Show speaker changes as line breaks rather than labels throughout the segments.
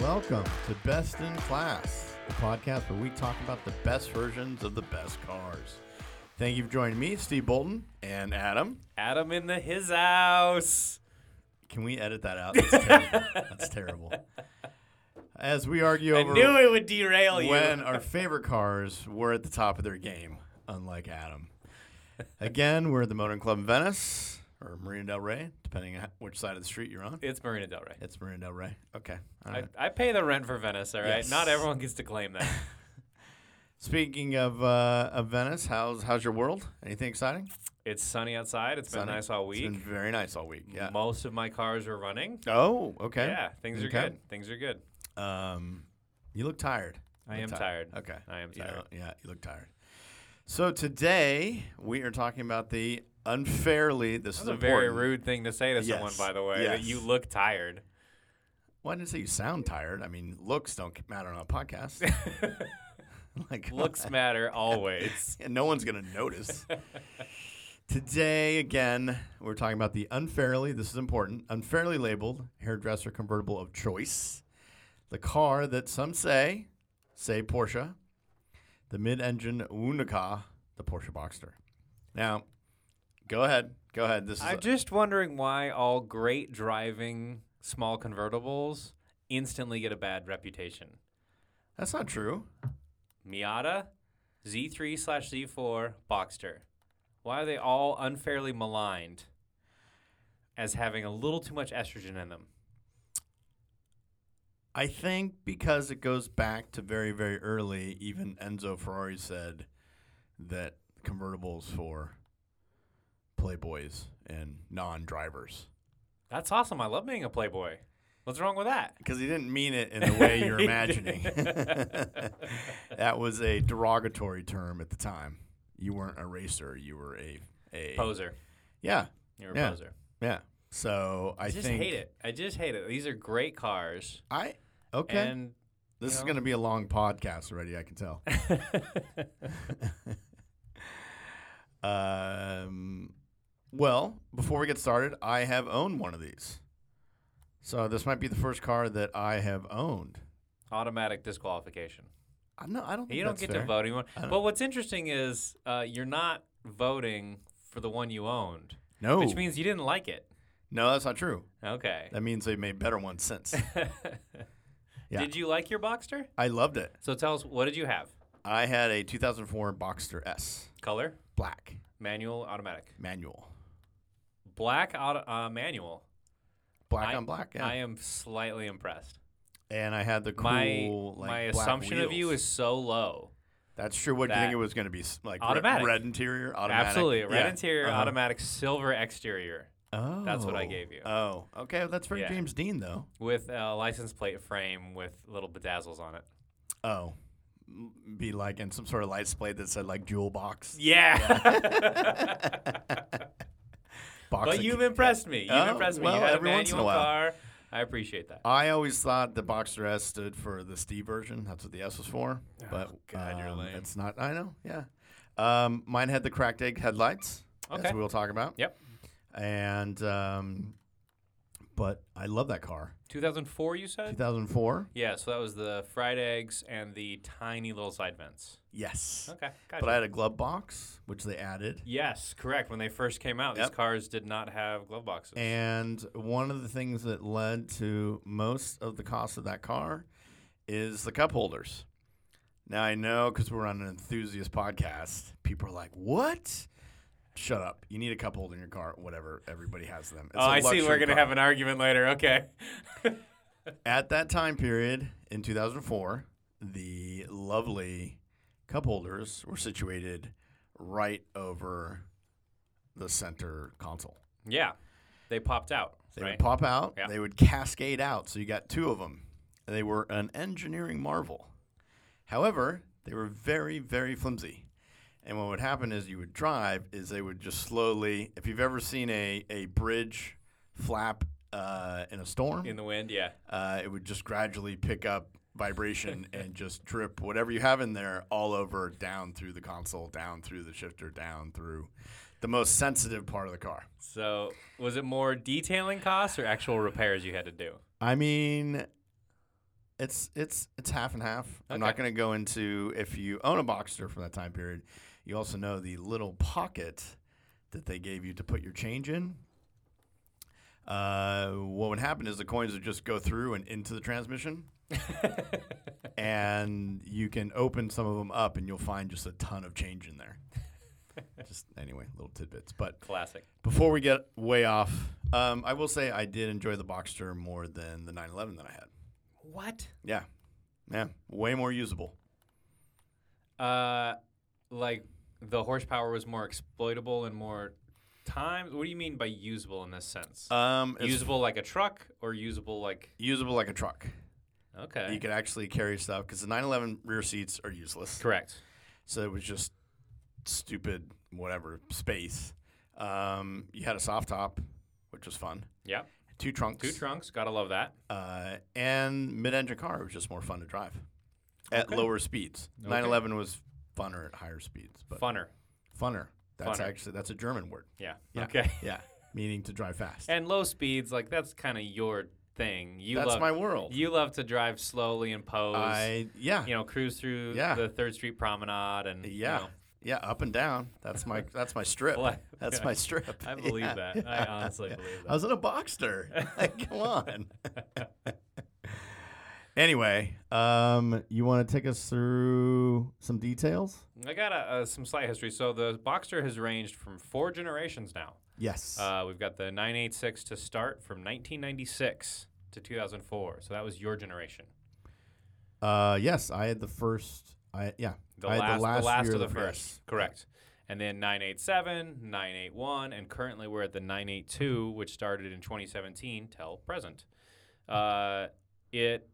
Welcome to Best in Class, the podcast where we talk about the best versions of the best cars. Thank you for joining me, Steve Bolton, and Adam.
Adam in the his house.
Can we edit that out? That's terrible. That's terrible. As we argue
I
over
knew it would derail you.
when our favorite cars were at the top of their game, unlike Adam. Again, we're at the Motoring Club in Venice or Marina Del Rey, depending on which side of the street you're on.
it's Marina Del Rey.
It's Marina Del Rey. Okay. All
I,
right.
I pay the rent for Venice, all right?
Yes.
Not everyone gets to claim that.
Speaking of uh, of Venice, how's how's your world? Anything exciting?
it's sunny outside. It's been
Sunny?
nice all
It's
week.
been very nice all week. Yeah.
Most of my cars are running.
Oh, okay.
Yeah, things are
Okay.
good. Things are good.
Um, you look tired.
I
Look
am tired.
Okay.
I am
You know,
tired.
yeah, you look tired. So today we are talking about the unfairly. This
That's
is
a very
important.
rude thing to say to someone,
Yes.
by the way, that
Yes.
you look tired.
Well, I didn't say you sound tired. I mean, looks don't matter on a podcast. like
Looks matter always.
and no one's gonna notice. Today, again, we're talking about the unfairly, this is important, unfairly labeled hairdresser convertible of choice. The car that some say, say Porsche, the mid engine Wundercar, the Porsche Boxster. Now, go ahead. Go ahead. This is
I'm just wondering why all great driving small convertibles instantly get a bad reputation.
that's not true.
Miata, Z3 slash Z4, Boxster. Why are they all unfairly maligned as having a little too much estrogen in them?
I think because it goes back to very, very early, even Enzo Ferrari said that convertibles for playboys and non drivers.
That's awesome. I love being a playboy. What's wrong with that?
Because he didn't mean it in the way you're
He
imagining. that was a derogatory term at the time. You weren't a racer, you were a. a
Poser.
Yeah,
You're a
Yeah.
poser.
yeah. So I
I just
think.
hate it. I just hate it. These are great cars.
I. Okay.
And
this is
know.
going to be a long podcast already, I can tell. Um, well, before we get started, I have owned one of these. So this might be the first car that I have owned.
automatic disqualification.
I no, I don't. Think
You don't
that's
get
fair.
to vote anymore.
don't-
But what's interesting is uh, you're not voting for the one you owned,
No,
which means you didn't like it.
no, that's not true.
Okay.
That means they made better ones since. Yeah.
Did you like your Boxster?
I loved it.
So tell us, what did you have?
I had a 2004 Boxster S,
Color,
black
manual, automatic,
manual,
black auto, uh, manual.
black
I-
on black. Yeah,
I am slightly impressed.
and I had the cool.
my
like,
my
black
assumption of you
wheels.
is so low.
that's true. What do you think
that-
it was going to be? S- Like re-
Automatic.
red interior, automatic.
Absolutely, red
Yeah.
interior,
Uh-huh.
automatic, silver exterior,
Oh,
That's what I gave you.
Oh, okay. Well, that's very
Yeah.
James Dean though.
with a license plate frame with little bedazzles on it.
Oh, M- be like in some sort of light plate that said like jewel box.
Yeah.
box
But
of
you've
ki-
impressed me. You've
Oh,
impressed me.
well,
you had
every
a
once in a
manual
while.
car. I appreciate that.
I always thought the Boxster S stood for the Steve version. That's what the S was for. But
Oh, God, you're
um,
lame.
It's not. I know. Yeah. Um, mine had the cracked egg headlights. That's
Okay.
what we'll talk about.
Yep.
And um, but I love that car.
2004, you said?
2004.
Yeah, so that was the fried eggs and the tiny little side vents.
Yes.
Okay, gotcha.
But I had a glove box, which they added.
yes, correct. When they first came out,
Yep.
these cars did not have glove boxes.
And one of the things that led to most of the cost of that car is the cup holders. Now I know because we're on an enthusiast podcast, people are like, "What? Shut up! You need a cup holder in your car. Whatever. Everybody has them." It's
oh,
a
I see. We're
luxury
going to
car.
have an argument later. Okay.
at that time period in 2004. The lovely cup holders were situated right over the center console.
yeah, they popped out.
They
right?
would pop out.
Yeah.
They would cascade out. So you got two of them. They were an engineering marvel. However, they were very, very flimsy. And what would happen is you would drive is they would just slowly. If you've ever seen a, a bridge flap uh, in a storm,
In the wind, yeah.
uh, it would just gradually pick up vibration and just drip whatever you have in there all over down through the console, down through the shifter, down through the most sensitive part of the car.
So was it more detailing costs or actual repairs you had to do?
I mean, It's it's it's half and half. I'm not
Okay.
going to go into if you own a Boxster from that time period. You also know the little pocket that they gave you to put your change in. Uh, what would happen is the coins would just go through and into the transmission, and you can open some of them up, and you'll find just a ton of change in there. just anyway, little tidbits. But
Classic.
before we get way off, um, I will say I did enjoy the Boxster more than the 911 that I had.
What?
Yeah. Yeah. Way more usable.
Uh, like the horsepower was more exploitable and more time. What do you mean by usable in this sense?
Um, it's
usable like a truck or usable like
usable like a truck.
okay?
You could actually carry stuff because the 911 rear seats are useless.
Correct.
So it was just stupid, whatever, space. Um, you had a soft top, which was fun.
Yep.
Two trunks.
Two trunks. Gotta love that.
Uh, and mid engine car was just more fun to drive at
Okay.
lower speeds.
Okay.
911 was funner at higher speeds, but
Funner.
funner. That's
Funner.
actually that's a German word.
Yeah.
Yeah.
Okay.
Yeah, meaning to drive fast.
and low speeds, like that's kind of your thing. You
that's
love
my world.
you love to drive slowly and pose.
I yeah.
you know, cruise through
Yeah.
the Third Street Promenade and you
Yeah.
know,
Yeah, up and down. That's my that's my strip.
Well, I-
That's my strip.
I believe
Yeah.
that. I honestly believe
I
that.
was in a Boxster. Like, come on. anyway, um, you want to take us through some details?
I got a, uh some slight history. So the Boxster has ranged from four generations now.
Yes.
Uh, we've got the 986 to start from 1996 to 2004. So that was your generation.
Uh, yes, I had the first. I yeah.
The,
I had
last,
the last,
last
year
of the
year.
first. Correct. And then 987, 981, and currently we're at the 982, which started in 2017 till present. Uh, it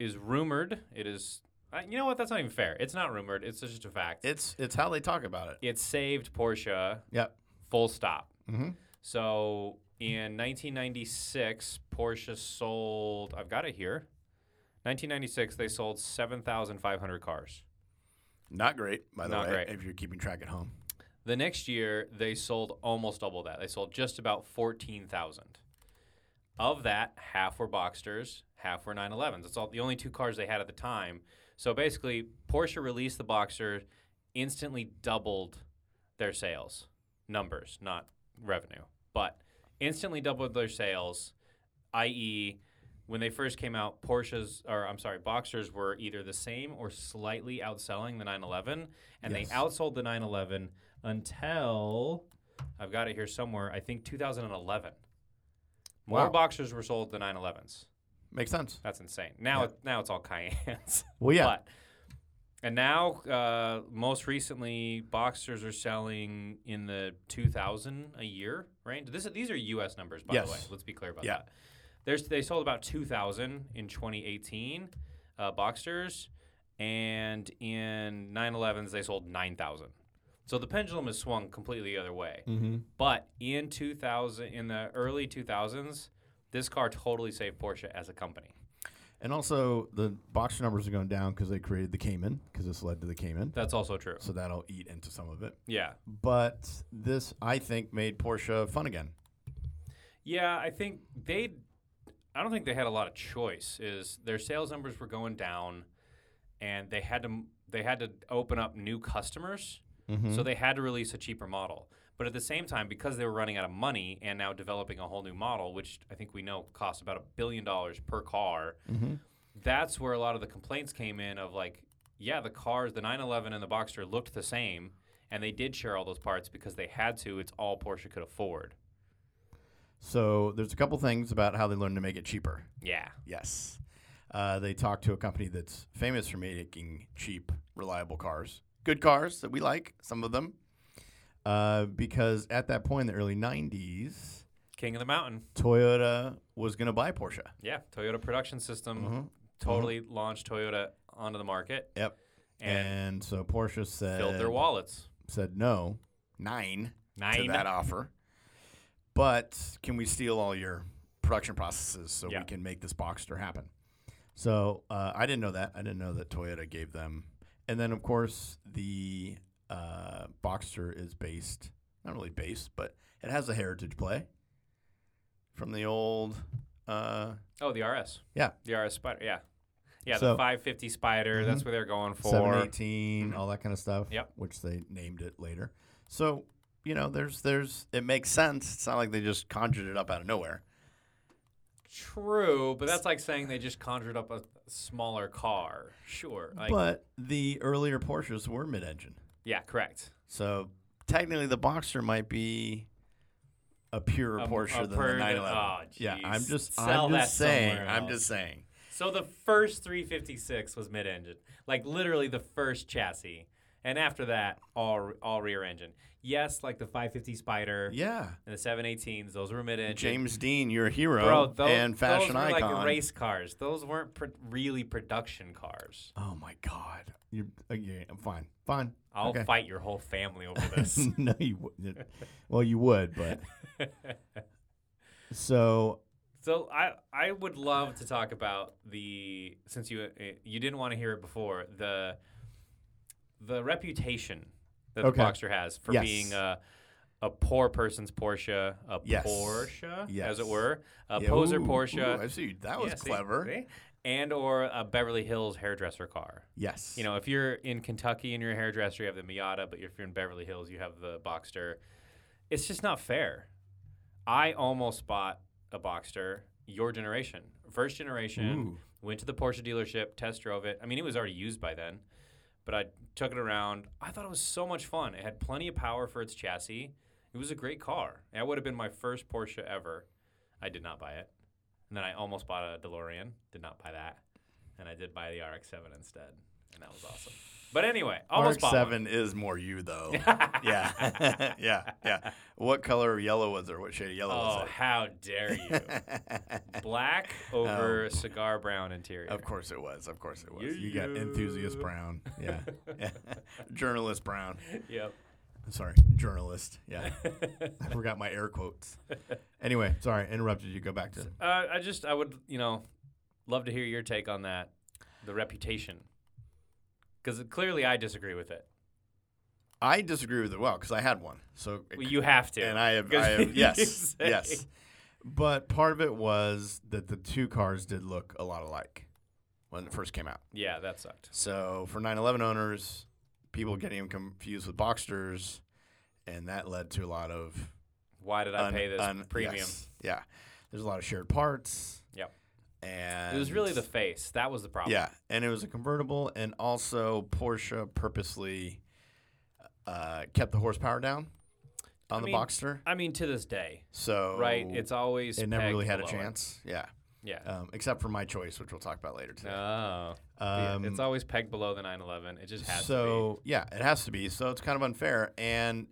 is rumored. It is. Uh, you know what? That's not even fair. It's not rumored. It's just a fact. It,
It's it's how they talk about it.
saved Porsche,
Yep.
full stop.
Mm-hmm.
So in 1996, Porsche sold. I've got it here. 1996, they sold 7,500 cars.
Not great, by the
Not
way,
great.
if you're keeping track at home.
The next year, they sold almost double that. They sold just about 14,000. Of that, half were Boxsters, half were 911s. That's all the only two cars they had at the time. So basically, Porsche released the Boxster, instantly doubled their sales numbers, not revenue, but instantly doubled their sales, i.e., when they first came out, Porsches or I'm sorry, Boxers were either the same or slightly outselling the 911, and
Yes.
they outsold the 911 until I've got it here somewhere. I think 2011. More
Wow.
Boxers were sold than 911s.
Makes sense.
That's insane. Now,
Yeah.
it, now it's all Cayennes.
Well, yeah.
But, and now, uh, most recently, Boxers are selling in the 2,000 a year range. This, these are U.S. numbers, by the way.
Yes.
Let's be clear about
Yeah.
that. There's, they sold about 2,000 in 2018, uh, Boxers, and in 911s, they sold 9,000. So the pendulum has swung completely the other way.
Mm-hmm.
But in 2000, in the early 2000s, this car totally saved Porsche as a company.
And also, the boxer numbers are going down because they created the Cayman, because this led to the Cayman.
That's also true.
So that'll eat into some of it.
Yeah.
But this, I think, made Porsche fun again.
Yeah, I think they. I don't think they had a lot of choice. Is their sales numbers were going down, and they had to they had to open up new customers, so they had to release a cheaper model. But at the same time, because they were running out of money and now developing a whole new model, which I think we know costs about a billion dollars per car, that's where a lot of the complaints came in. Of like, yeah, the cars, the 911 and the Boxster looked the same, and they did share all those parts because they had to. It's all Porsche could afford.
So there's a couple things about how they learned to make it cheaper.
Yeah.
Yes. Uh, they talked to a company that's famous for making cheap, reliable cars. Good cars that we like, some of them. Uh, because at that point in the early 90s,
King of the Mountain.
Toyota was going to buy Porsche.
Yeah, Toyota Production System
Mm-hmm.
totally launched Toyota onto the market
Yep. And,
and,
so Porsche said,
filled their wallets.
said no, nine,
Nine.
to that offer. But can we steal all your production processes so
Yeah.
we can make this Boxster happen? So uh, I didn't know that. I didn't know that Toyota gave them. And then, of course, the uh, Boxster is based, not really based, but it has a heritage play from the old. Uh,
Oh, the RS.
Yeah.
The RS Spider. Yeah. Yeah,
So- Mm-hmm.
the 550 Spider. That's what they're going for.
718, all that kind of stuff.
Mm-hmm. Yep.
Which they named it later. So, you know, there's there's it makes sense. It's not like they just conjured it up out of nowhere.
True, but that's like saying they just conjured up a smaller car. Sure. Like,
but the earlier Porsches were mid engine.
yeah, correct.
So technically the boxer might be a purer
A-
Porsche
a
than
pur-
the 911.
oh,
yeah, I'm
jeez.
just
Sell
I'm
that
just saying.
somewhere
I'm
else.
just saying.
So the first 356 was mid-engine, like literally the first chassis, and after that, all all rear engine. Yes, like the 550 Spider
Yeah.
and the 718s, those were mid-engine.
James Dean, you're a hero
Bro, those,
and fashion
those were
icon.
like race cars. Those weren't pr- really production cars.
Oh my God! You're okay, I'm fine, fine.
I'll
okay.
fight your whole family over this.
no, you wouldn't. Well, you would, but so
So I I would love to talk about the since you uh, you didn't want to hear it before the the reputation that
Okay.
the Boxster has for
Yes.
being a a poor person's Porsche, a
Yes.
Porsche as
Yes.
it were, a
Yeah,
poser
ooh,
Porsche.
ooh, I see. That was
Yeah, see?
clever.
See? And or a Beverly Hills hairdresser car.
Yes.
You know, if you're in Kentucky and you're a hairdresser, you have the Miata, but if you're in Beverly Hills, you have the Boxster. It's just not fair. I almost bought a Boxster, your generation, first generation.
Ooh.
Went to the Porsche dealership, test drove it. I mean, it was already used by then, but I took it around. I thought it was so much fun. It had plenty of power for its chassis. It was a great car. That would have been my first Porsche ever. I did not buy it. And then I almost bought a DeLorean. Did not buy that. And I did buy the RX-7 instead, and that was awesome. But anyway, almost bought one.
RX-7 is more you though. yeah, yeah, yeah. What color of yellow was there? What shade of yellow
Oh,
was
how dare you!
it?
Black over cigar brown interior.
Oh. of course it was. Of course it was. You got
Yeah.
enthusiast brown. Yeah. yeah. journalist brown.
Yep.
Sorry, journalist. Yeah. I forgot my air quotes. Anyway, sorry, interrupted you. Go back to
Uh, I just, I would, you know, love to hear your take on that, the reputation, because clearly I disagree with it.
I disagree with it well because I had one. So it
Well, you have to,
and I have, I
because
have
you
yes,
say-
yes. But part of it was that the two cars did look a lot alike when it first came out.
Yeah, that sucked.
So for 911 owners, people getting them confused with Boxsters, and that led to a lot of
Why did I
un-
pay this
un-
premium?
yes, yeah, there's a lot of shared parts.
Yep.
And
It was really the face that was the problem.
yeah, and it was a convertible, and also Porsche purposely uh, kept the horsepower down on
I
the
mean,
Boxster.
I mean, to this day,
So
right? It's always
Oh, it never really had
pegged
a
below it.
chance. Yeah.
Yeah.
Um, except for my choice, which we'll talk about later today.
Oh,
um,
it's always pegged below the 911. It just has to
so yeah, it has to be. So it's kind of unfair. And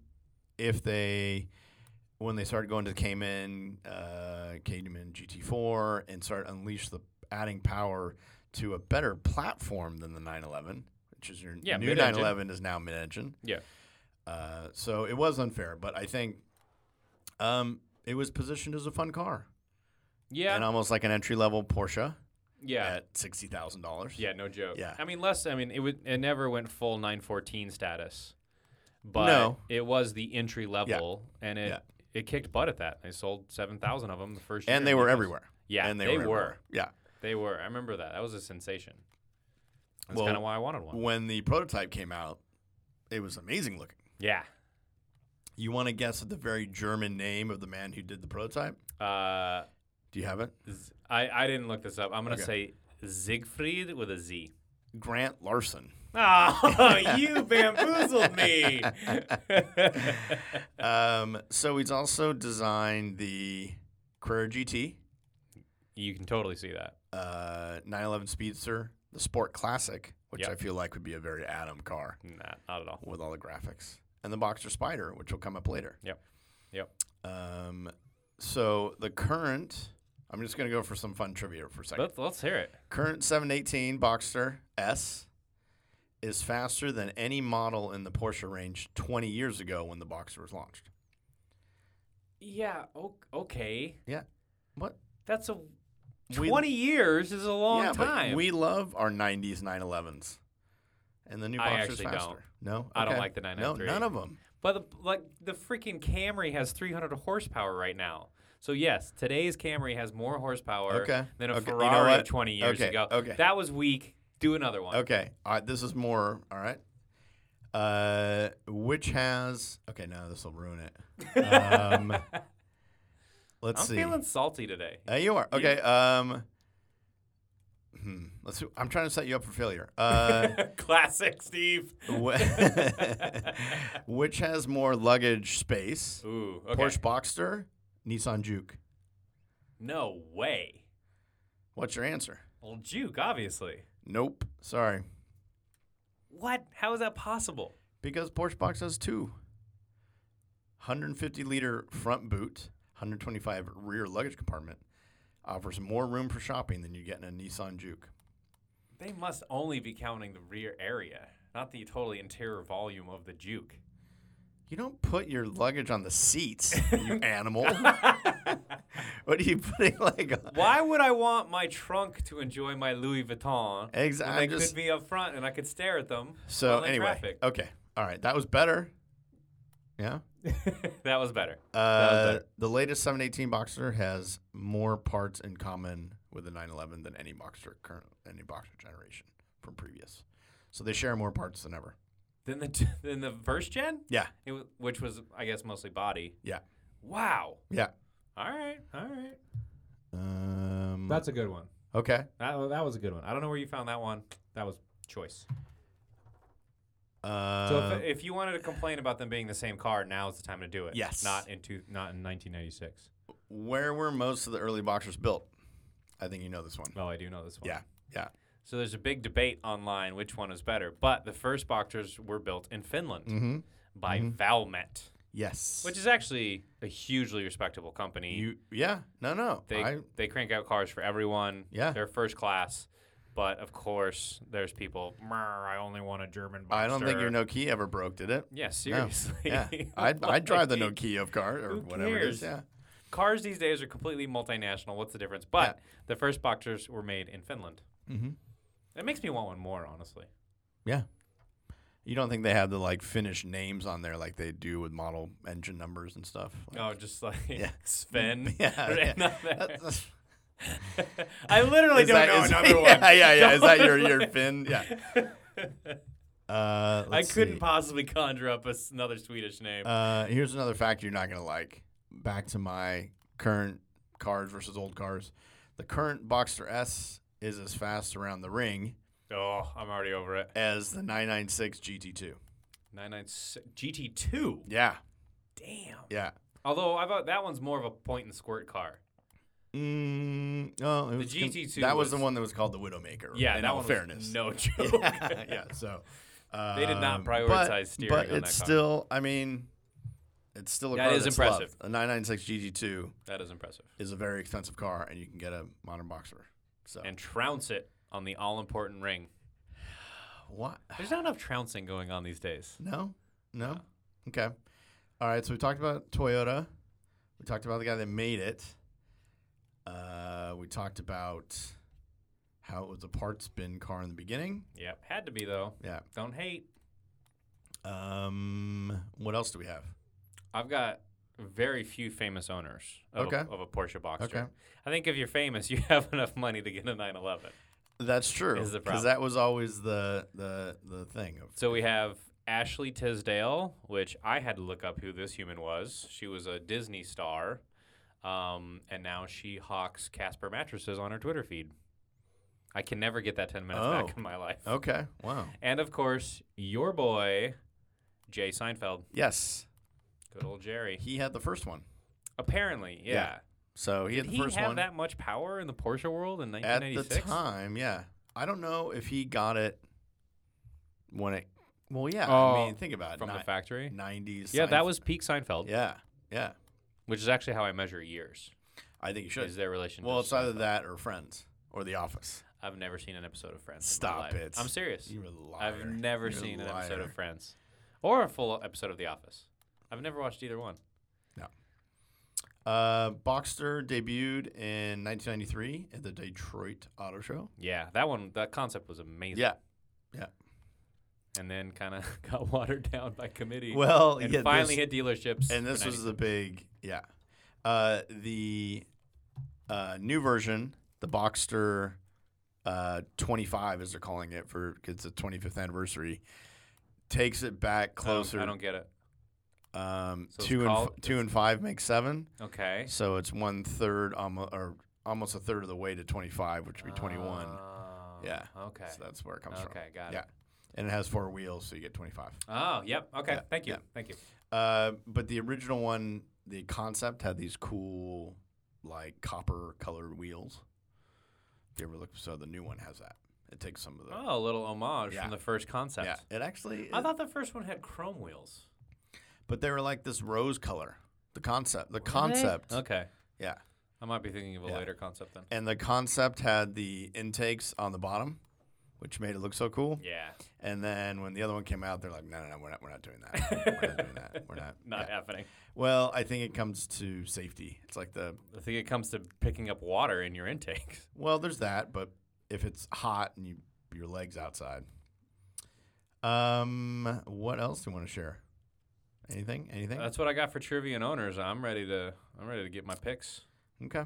if they, when they started going to the Cayman, uh, Cayman GT4, and started unleash the adding power to a better platform than the 911, which is your
Yeah,
new
mid-engine.
911 is now mid-engine.
be. Yeah.
Uh, so it was unfair, but I think um, it was positioned as a fun car
Yeah.
and almost like an entry level Porsche
yeah.
at sixty thousand dollars.
Yeah, no joke.
Yeah.
I mean, less. I mean, it would. It never went full 914 status, but
No.
it was the entry level, and it it kicked butt at that. They sold seven thousand of them the first year.
and they were
because-
everywhere.
Yeah,
and they, were. everywhere. Yeah.
They were. I remember that. That was a sensation. That's
Well,
kind of why I wanted one.
When the prototype came out, it was amazing looking.
yeah.
You want to guess at the very German name of the man who did the prototype?
Uh,
Do you have it?
z- I I didn't look this up. I'm gonna
Okay.
say Siegfried with a Z.
Grant Larson.
Oh, you bamboozled me.
um, so he's also designed the Carrera GT,
you can totally see that.
uh, 911 Speedster, the Sport Classic, which
Yep.
I feel like would be a very Adam car
Nah, not at all.
with all the graphics, and the Boxer Spider, which will come up later.
Yep. Yep.
Um, so the current, I'm just going to go for some fun trivia for a second.
Let's, let's hear it.
Current 718 Boxster S is faster than any model in the Porsche range 20 years ago when the Boxster was launched.
Yeah. o- Okay.
Yeah. What?
That's a
We-
twenty years is a long
yeah, but
time.
we love our 90s 911s. And the new
I
Boxster's
actually
faster.
don't.
No,
I don't
Okay.
like the oh
No,
993.
none of them.
but the, like the freaking Camry has three hundred horsepower right now. So yes, today's Camry has more horsepower
Okay.
than a
Okay, you know
Ferrari
what?
20 years
Okay,
ago.
okay.
That was weak. Do another one.
Okay. All right. This is more. All right. Uh, which has? Okay. No, this will ruin it. Um, let's
I'm
see.
feeling salty today.
Uh, you are okay. Um, hmm, let's. See. I'm trying to set you up for failure. Uh,
Classic Steve.
wh- which has more luggage space?
Ooh, okay.
Porsche Boxster, Nissan Juke.
No way.
What's your answer?
Well, Juke, obviously.
Nope. Sorry.
What? How is that possible?
Because Porsche Box has two 150 liter front boot, 125 rear luggage compartment, offers more room for shopping than you get in a Nissan Juke.
They must only be counting the rear area, not the total interior volume of the Juke.
You don't put your luggage on the seats, you animal. what are you putting like on?
Why would I want my trunk to enjoy my Louis Vuitton?
Exa-
When
I'm
they
just
could be up front and I could stare at them.
so
while in
anyway.
traffic.
Okay, all right, that was better. Yeah.
that was better. was
Uh,
better.
the latest 718 Boxer has more parts in common with the 911 than any Boxer current any Boxer generation from previous. So they share more parts than ever.
Than the t- than the first gen,
Yeah,
it w- which was I guess mostly body.
yeah,
Wow.
yeah.
All right. All right.
Um,
That's a good one.
okay.
That, wa- that was a good one.
I don't know where you found that one. That was choice.
Uh,
So if, if you wanted to complain about them being the same car, now is the time to do it.
Yes.
Not in two, not in 1996.
where were most of the early Boxers built? I think you know this one.
Oh, I do know this one.
Yeah, yeah.
So there's a big debate online which one is better, but the first boxers were built in Finland
Mm-hmm.
by Valmet,
Yes.
which is actually a hugely respectable company.
you? Yeah. No, no.
they
I,
they crank out cars for everyone.
Yeah.
They're first class. But of course, there's people. "Mer, I only want a German. Boxster.
I don't think your Nokia ever broke, did it?
Yeah, seriously.
Yeah. I'd, I'd drive the
Like,
Nokia of car or
who
whatever it is.
cares?
Yeah.
Cars these days are completely multinational. What's the difference? But the first boxers were made in Finland.
Mm-hmm.
It makes me want one more, honestly.
Yeah. You don't think they have the like finished names on there like they do with model engine numbers and stuff? Like-
Oh, just like
Yeah.
Sven.
yeah. yeah.
Not there.
That's- that's-
I literally
is
don't
that-
know
is-
another one.
Yeah, yeah, yeah. Is that your your
Like-
fin? Yeah. Uh,
I
let's
couldn't
see.
possibly conjure up a s another Swedish name.
Uh, here's another fact you're not gonna like. Back to my current cars versus old cars. The current Boxster S is as fast around the ring
oh, I'm already over it.
as the 996 GT2.
996 GT2.
Yeah,
Damn.
yeah.
Although I thought that one's more of a point and squirt car.
Mm, oh, it was con-
GT2
That was,
was-
the one that was called the Widowmaker.
Yeah,
in
that
all
one
fairness.
was no joke.
yeah, yeah, so
They did not
um,
prioritize
but,
steering
But
on
it's
that car.
still, I mean, it's still a
That
car
is
that's
impressive.
loved. A 996 GG2
That is impressive.
is a very expensive car, and you can get a modern boxer. So
And trounce it on the all important ring.
what?
There's not enough trouncing going on these days.
No, no. Okay. All right. So we talked about Toyota. We talked about the guy that made it. Uh, we talked about how it was a parts bin car in the beginning.
Yep. Had to be though.
Yeah.
Don't hate.
Um, what else do we have?
I've got very few famous owners of,
Okay.
a, of a Porsche Boxster.
Okay.
I think if you're famous, you have enough money to get a 911.
That's true.
Is the
Because that was always the the the thing of
So we have Ashley Tisdale, which I had to look up who this human was. She was a Disney star, um, and now she hawks Casper mattresses on her Twitter feed. I can never get that 10 minutes
Oh.
back in my life.
Okay. Wow.
And of course, your boy, Jay Seinfeld.
Yes,
Good old Jerry.
he had the first one.
Apparently, yeah.
Yeah. So he had
Did
the
he
first
have
one
that much power in the Porsche world in
at the
1986?
time. Yeah. I don't know if he got it when it. Well, yeah. I
Oh,
mean, think about it.
From the
Ni-
factory?
90s.
Yeah, that
sci-
was peak Seinfeld,
Yeah. Yeah.
which is actually how I measure years.
I think you
Is
should.
their relationship?
Well, it's either that or Friends or The Office.
I've never seen an episode of Friends. in my
Stop
life.
it.
I'm serious.
You're a liar.
I've never
You're a
seen an episode
liar.
of Friends or a full episode of The Office. I've never watched either one.
Uh, Boxster debuted in 1993 at the Detroit Auto Show.
Yeah, that one, that concept was amazing.
Yeah.
And then kind of got watered down by committee.
Well,
and
yeah,
finally
this-
hit dealerships.
and
in
this was
90.
the big yeah Uh, the uh, new version, the Boxster uh, 25, as they're calling it, for it's the 25th anniversary, takes it back
Oh, I don't-
closer.
I don't get it.
um,
So it's
two and f-
called-
two and five make seven,
Okay.
so it's one third almost or almost a third of the way to 25, which would be 21.
Ah,
Yeah.
Okay.
So that's where it comes from.
Okay. Got
Yeah.
it.
And it has four wheels, so you get 25.
Oh, yep. Okay.
Yeah,
Thank you.
yeah.
Thank you.
Uh, but the original one, the concept had these cool, like copper colored wheels. If you ever look, so the new one has that. It takes some of the.
Oh, a little homage
Yeah.
from the first concept.
yeah, it actually.
I thought the first one had chrome wheels.
but they were like this rose color. The concept, the
they?
concept,
Okay.
yeah,
I might be thinking of a
Yeah.
later concept then.
and the concept had the intakes on the bottom, which made it look so cool.
Yeah.
And then when the other one came out, they're like, no, no, no, we're not, we're not doing that. we're not doing that. We're not.
Not
yeah.
happening.
Well, I think it comes to safety. It's like the
I think it comes to picking up water in your intake.
Well, there's that, but if it's hot and you your legs outside. Um, what else do you want to share? Anything? Anything?
That's what I got for trivia and owners. I'm ready to. I'm ready to get my picks.
okay.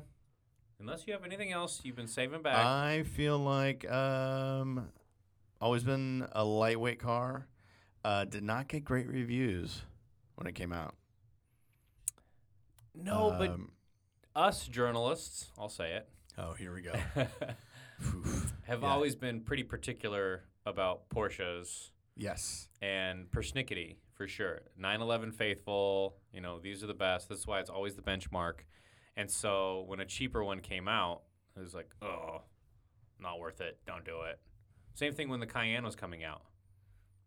Unless you have anything else you've been saving back.
I feel like um, always been a lightweight car. Uh, did not get great reviews when it came out.
no,
Um,
but us journalists, I'll say it.
oh, here we go. Oof.
have
Yeah.
always been pretty particular about Porsches
yes.
and persnickety for sure. 911 faithful, you know, these are the best. That's why it's always the benchmark. And so when a cheaper one came out, it was like, oh, not worth it. Don't do it. Same thing when the Cayenne was coming out.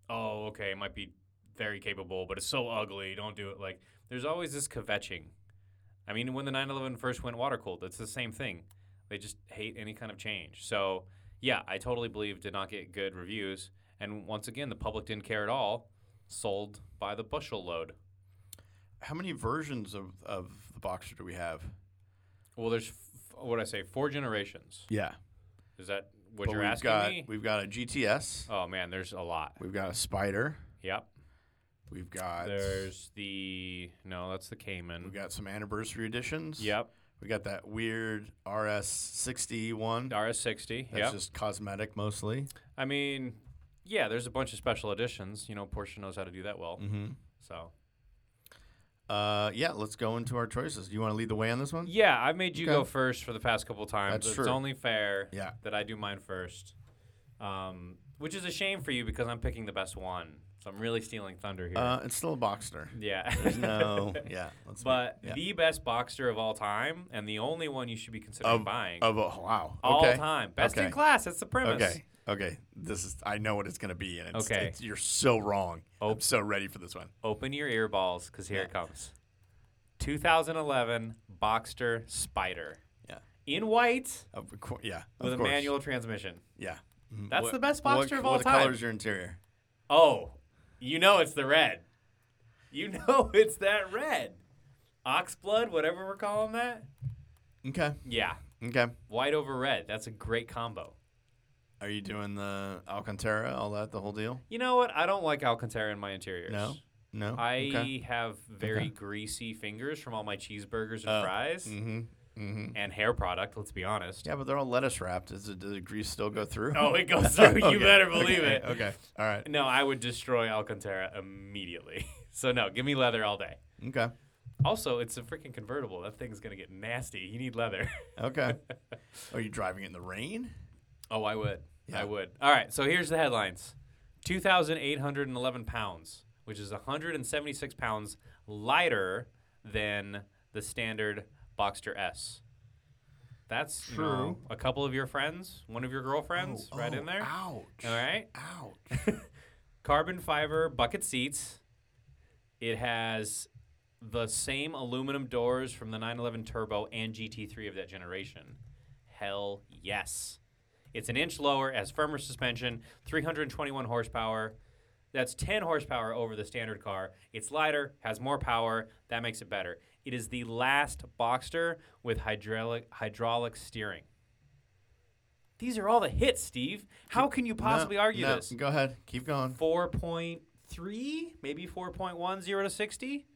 Oh, okay, it might be very capable, but it's so ugly. Don't do it. Like, there's always this kvetching. I mean, when the 911 first went water cooled, it's the same thing. They just hate any kind of change. So, yeah, I totally believe did not get good reviews. And once again, the public didn't care at all. Sold by the bushel load.
How many versions of, of the Boxer do we have?
Well, there's f- what I say, four generations.
Yeah.
Is that what
But
you're
we've
asking
got,
me?
We've got a GTS.
Oh man, there's a lot.
We've got a Spider.
Yep.
We've got
There's the no, that's the Cayman.
We got some anniversary editions.
yep.
We got that weird RS sixty one. That's
RS60. Yep.
just cosmetic mostly.
I mean, yeah, there's a bunch of special editions. You know, Porsche knows how to do that well.
Mm-hmm.
So
Uh, yeah, let's go into our choices. Do you want to lead the way on this one?
yeah, I've made you go
Okay.
first for the past couple times.
That's
it's
true.
only fair
Yeah.
that I do mine first. Um, which is a shame for you because I'm picking the best one. So I'm really stealing thunder here.
Uh, it's still a Boxster.
yeah.
There's no. yeah. Let's
But
yeah.
the best Boxster of all time, and the only one you should be considering
Of-
buying
of a, wow.
all
okay.
time, best
Okay.
in class. That's the premise.
Okay. Okay. This is. I know what it's gonna be, and it's,
Okay.
it's- you're so wrong.
Oh.
I'm so ready for this one.
Open your ear balls, because here it comes. 2011 Boxster Spider
Yeah.
in white
Of cour- yeah.
with
of
a
course.
manual transmission.
Yeah. Mhm.
That's the best
what-
Boxster of all
what
time.
color's your interior?
Oh, you know it's the red. You know it's that red. Oxblood, whatever we're calling that.
Okay.
Yeah,
Okay.
white over red. That's a great combo.
Are you doing the Alcantara, all that, the whole deal?
You know what? I don't like Alcantara in my interiors.
No, no.
I
Okay.
have very
Okay.
greasy fingers from all my cheeseburgers and
Oh.
fries
Mhm. Mhm.
and hair product, let's be honest.
Yeah, but they're all lettuce wrapped. Does, it, does the grease still go through?
Oh, it goes through. You
Okay,
better
okay,
believe it.
Okay. All right.
No, I would destroy Alcantara immediately. so, no, give me leather all day.
Okay.
Also, it's a freaking convertible. That thing's going to get nasty. You need leather.
Okay. Are you driving in the rain?
oh, I would.
Yeah.
I would. All right, so here's the headlines 2,811 pounds, which is 176 pounds lighter than the standard Boxster S. That's you know,
True.
a couple of your friends, one of your girlfriends,
Oh,
right in there.
Ouch.
All right.
Ouch.
Carbon fiber bucket seats. It has the same aluminum doors from the 911 Turbo and GT3 of that generation. Hell yes. It's an inch lower, has firmer suspension, 321 horsepower. That's 10 horsepower over the standard car. It's lighter, has more power. That makes it better. It is the last Boxster with hydraulic hydraulic steering. These are all the hits, Steve. How can you possibly
No,
argue
no,
this?
Go ahead. Keep going.
4.3, maybe 4.1, 0 to 60.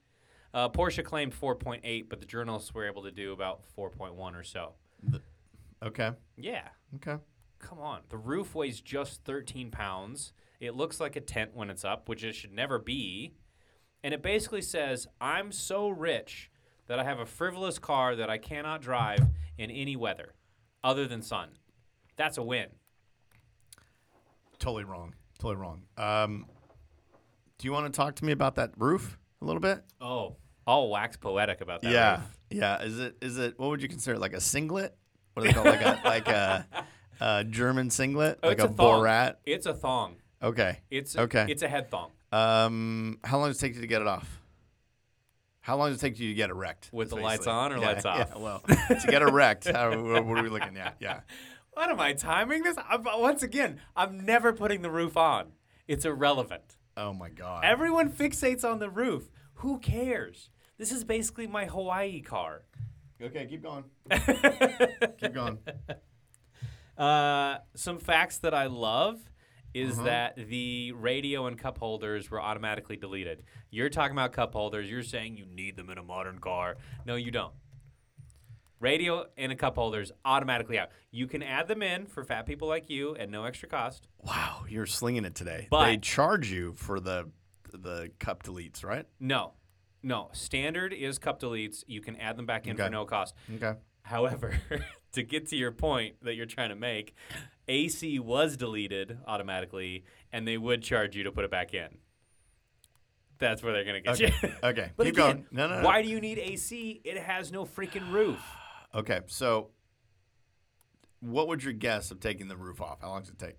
Uh, Porsche claimed 4.8, but the journalists were able to do about 4.1 or so.
Okay.
Yeah,
Okay.
come on. The roof weighs just 13 pounds. It looks like a tent when it's up, which it should never be. And it basically says, I'm so rich that I have a frivolous car that I cannot drive in any weather other than sun. That's a win.
Totally wrong. Totally wrong. Um, do you want to talk to me about that roof a little bit?
Oh, all wax poetic about that.
yeah.
roof.
Yeah. Is it is it what would you consider like a singlet? What do they call it? like a like a, a German singlet?
Oh,
like
it's
a,
thong.
Borat?
It's a thong.
Okay.
It's
Okay.
It's a head thong
Um, how long does it take you to get it off? How long does it take you to get erect?
with the
is
lights
basically-
on or
Yeah,
lights off.
Yeah, well, to get erect, how, what what are we looking at? Yeah.
What am I timing this? I'm, once again, I'm never putting the roof on. It's irrelevant.
Oh my God.
Everyone fixates on the roof. Who cares? This is basically my Hawaii car.
okay, keep going. keep going.
Uh, some facts that I love is that the radio and cup holders were automatically deleted. You're talking about cup holders. You're saying you need them in a modern car. No, you don't. Radio and a cup holders automatically out. You can add them in for fat people like you at no extra cost.
Wow, you're slinging it today. they
But-
charge you for the the cup deletes, right?
No, no. Standard is cup deletes. You can add them back in
Okay.
for no cost.
Okay.
However, to get to your point that you're trying to make, AC was deleted automatically, and they would charge you to put it back in. That's where they're gonna get
Okay.
you.
Okay.
but
keep
again,
going. No, no, no.
why do you need AC? It has no freaking roof.
Okay, so what would your guess of taking the roof off? How long does it take?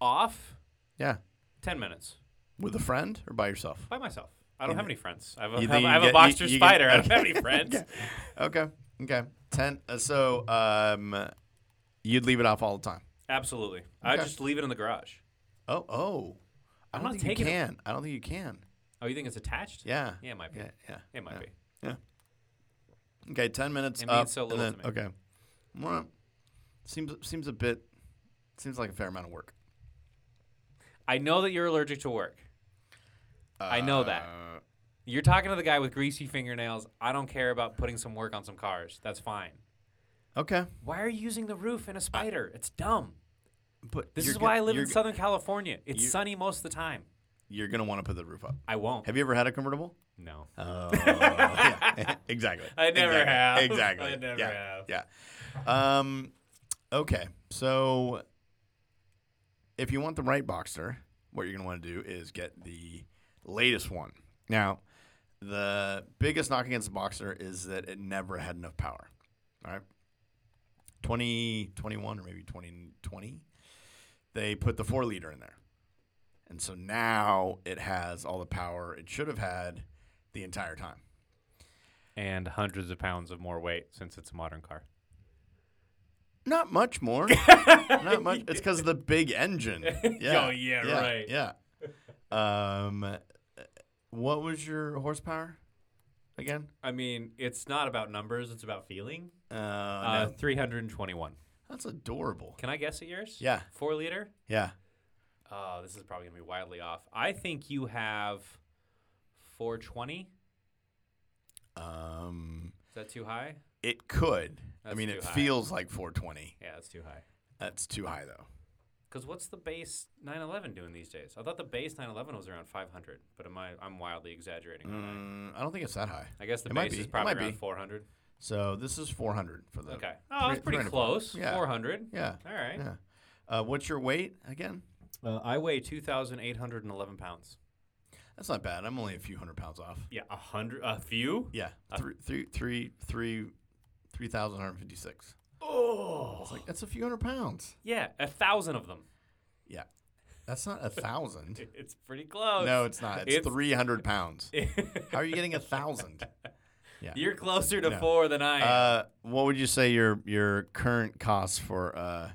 Off.
Yeah.
Ten minutes
With a friend or by yourself?
by myself. I don't have any friends. I have a,
You think
I have,
you
I have
get-
a boxer
you- you get-
spider. I don't
okay.
have any friends.
Okay. Okay. Ten. Uh, so um, you'd leave it off all the time.
Absolutely. I
Okay.
just leave it in the garage.
Oh, oh. I
I'm
don't
not
think you
taking it.
can. I don't think you can.
Oh, you think it's attached?
Yeah.
Yeah, it might be.
Yeah. Yeah.
It might be.
be. Okay. Ten minutes.
It means
up,
so
and
little to
then- Okay. All right. Seems seems a bit. Seems like a fair amount of work.
I know that you're allergic to work. I know that.
Uh,
You're talking to the guy with greasy fingernails. I don't care about putting some work on some cars. That's fine.
Okay.
Why are you using the roof and a spider? It's dumb.
But
This
you're
is
go-
why I live
you're
in
go-
Southern California. It's
you-
sunny most of the time.
You're gonna want to put the roof up.
I won't.
Have you ever had a convertible?
no.
Oh, yeah. exactly.
I never
exactly.
have.
Exactly.
I never
yeah. Yeah. Um, okay. So, if you want the right Boxster, what you're going to want to do is get the latest one. Now, the biggest knock against the Boxster is that it never had enough power. All right. 2021 or maybe 2020, they put the four liter in there. And so now it has all the power it should have had the entire time.
And hundreds of pounds of more weight since it's a modern car.
Not much more. Not much. It's because of the big engine. Yeah.
Oh, yeah, right.
Yeah. Um, what was your horsepower again?
I mean, it's not about numbers, it's about feeling.
Uh,
Uh,
no.
321.
That's adorable.
Can I guess at yours?
Yeah.
Four liter?
Yeah.
Oh, this is probably going to be wildly off. I think you have 420.
Um,
Is that too high?
it could. I
That's
mean,
too
it
high.
feels like 420.
Yeah, that's too high.
That's too high though.
Because what's the base 911 doing these days? I thought the base 911 was around 500, but am I, I'm wildly exaggerating. aren't I?
Mm, I don't think it's that high.
I guess the
it might
base
be.
is
It
probably
might
around
be.
400.
So this is 400 for the.
Okay. Oh, that's
three-
pretty
300.
close.
Yeah.
400.
Yeah.
All right.
Yeah. Uh, what's your weight again?
Uh, I weigh 2,811 pounds.
That's not bad. I'm only a few hundred pounds off.
Yeah, a hundred, a few.
Yeah,
Uh,
three, three, three, three, three thousand hundred fifty-six.
Oh.
It's like that's a few hundred pounds.
Yeah, a thousand of them.
Yeah, that's not a thousand.
It's pretty close.
no, it's not. It's,
It's-
three hundred pounds. How are you getting a thousand?
You're closer to
No.
four than I am.
Uh, what would you say your your current costs for? Uh,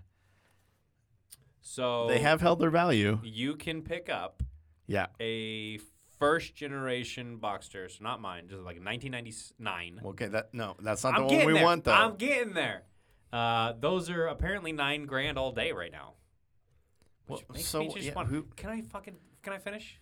so
They
Oh.
have held their value.
You can pick up
Yeah.
a first generation Boxster, so not mine, just like 1999.
Okay. That no, that's not
I'm
the one
getting
we
there.
want though.
I'm getting there. Uh, those are apparently nine grand all day right now. Which
Well,
makes
so,
me just
yeah,
want.
who-
Can I fucking? Can I finish?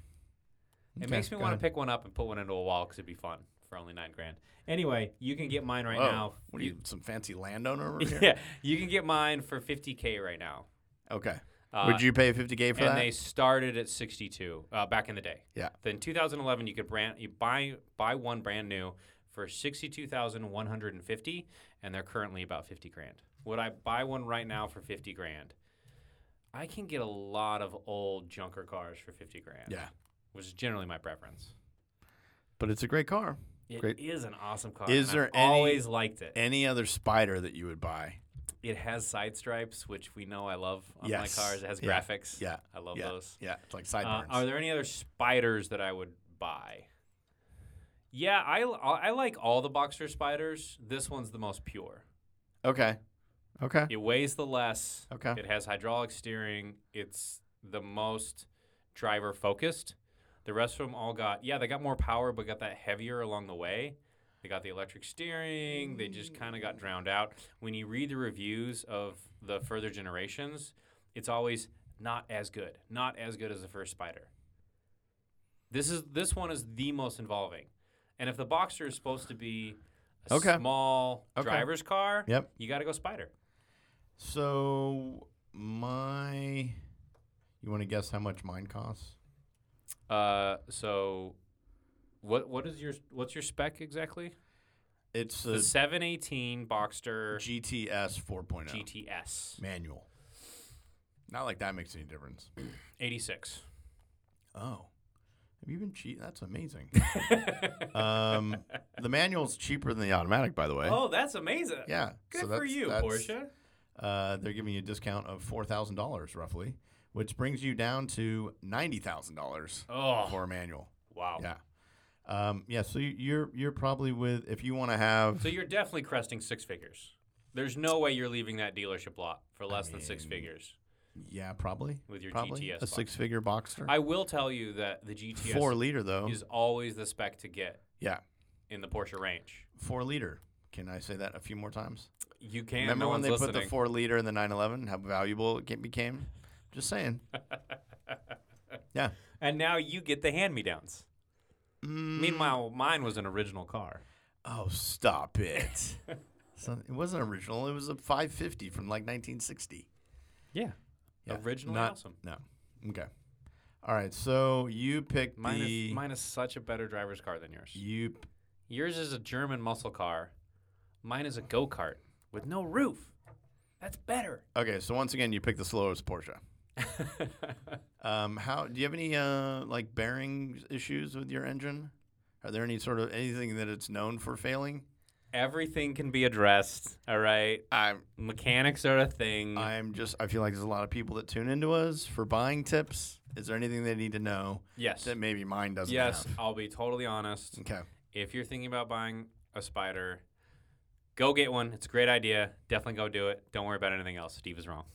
It
Okay,
makes me
go
want
ahead.
to pick one up and put one into a wall because it'd be fun for only nine grand. Anyway, you can get mine right
Whoa,
now.
What are you, some fancy landowner over here?
yeah, you can get mine for 50k right now.
Okay.
Uh,
Would you pay 50K for
and
that?
they started at 62 uh, back in the day.
Yeah.
Then 2011, you could brand you buy buy one brand new for 62,150, and they're currently about 50 grand. Would I buy one right now for 50 grand? I can get a lot of old junker cars for 50 grand.
Yeah.
Which is generally my preference.
but it's a great car.
It is
Great.
an awesome car.
Is
and
there
I've
any-
always liked it.
Any other spider that you would buy?
It has side stripes, which we know I love on
Yes.
my cars. It has
Yeah.
graphics.
Yeah.
I love
yeah.
those.
Yeah. It's like sideburns.
Uh, are there any other spiders that I would buy? Yeah, I, I like all the boxer spiders. This one's the most pure.
okay. Okay.
It weighs the less.
Okay.
It has hydraulic steering. It's the most driver focused. The rest of them all got yeah, they got more power, but got that heavier along the way. They got the electric steering. They just kind of got drowned out. When you read the reviews of the further generations, it's always not as good, not as good as the first Spider. This is this one is the most involving, and if the Boxer is supposed to be a
Okay.
small
Okay.
driver's car,
Yep.
you got to go Spider.
So my, you want to guess how much mine costs?
Uh, so what what is your what's your spec exactly?
It's
The
a
718 Boxster
GTS 4.0
GTS
oh. manual. Not like that makes any difference.
86.
Oh, have you been cheating? That's amazing. um, the manual's cheaper than the automatic, by the way.
Oh, that's amazing.
yeah.
Good
so
for
that's-
you,
that's-
Porsche.
Uh, they're giving you a discount of four thousand dollars, roughly, which brings you down to ninety thousand dollars
Oh,
for a manual.
wow.
Yeah. Um, yeah. So you- you're you're probably with if you want to have.
So you're definitely cresting six figures. There's no way you're leaving that dealership lot for less than six
mean-
figures
yeah, probably.
with your
Probably
GTS.
a
Boxster.
six-figure Boxster.
I will tell you that the GTS
Four liter though.
is always the spec to get
yeah.
in the Porsche range.
Four liter. Can I say that a few more times?
You can.
Remember
no
when
one's
they
listening.
put the four liter in the 911? How valuable it get- became? Just saying. yeah.
and now you get the hand-me-downs.
Mm.
Meanwhile, mine was an original car.
Oh, stop it. so it wasn't original. It was a 550 from like 1960.
Yeah.
Yeah,
Originally
not-
awesome.
No. Okay. All right. So you picked
Mine
the.
is, mine is such a better driver's car than yours.
You.
Yours is a German muscle car. Mine is a go kart with no roof. That's better.
Okay. So once again, you picked the slowest Porsche. Um, how do you have any uh, like bearing issues with your engine? Are there any sort of anything that it's known for failing?
Everything can be addressed. All right.
I'm
Mechanics are a thing.
I'm just I feel like there's a lot of people that tune into us for buying tips. Is there anything they need to know
yes.
that maybe mine doesn't?
Yes.
have?
I'll be totally honest.
Okay.
if you're thinking about buying a spider, go get one. It's a great idea. Definitely go do it. Don't worry about anything else. Steve is wrong.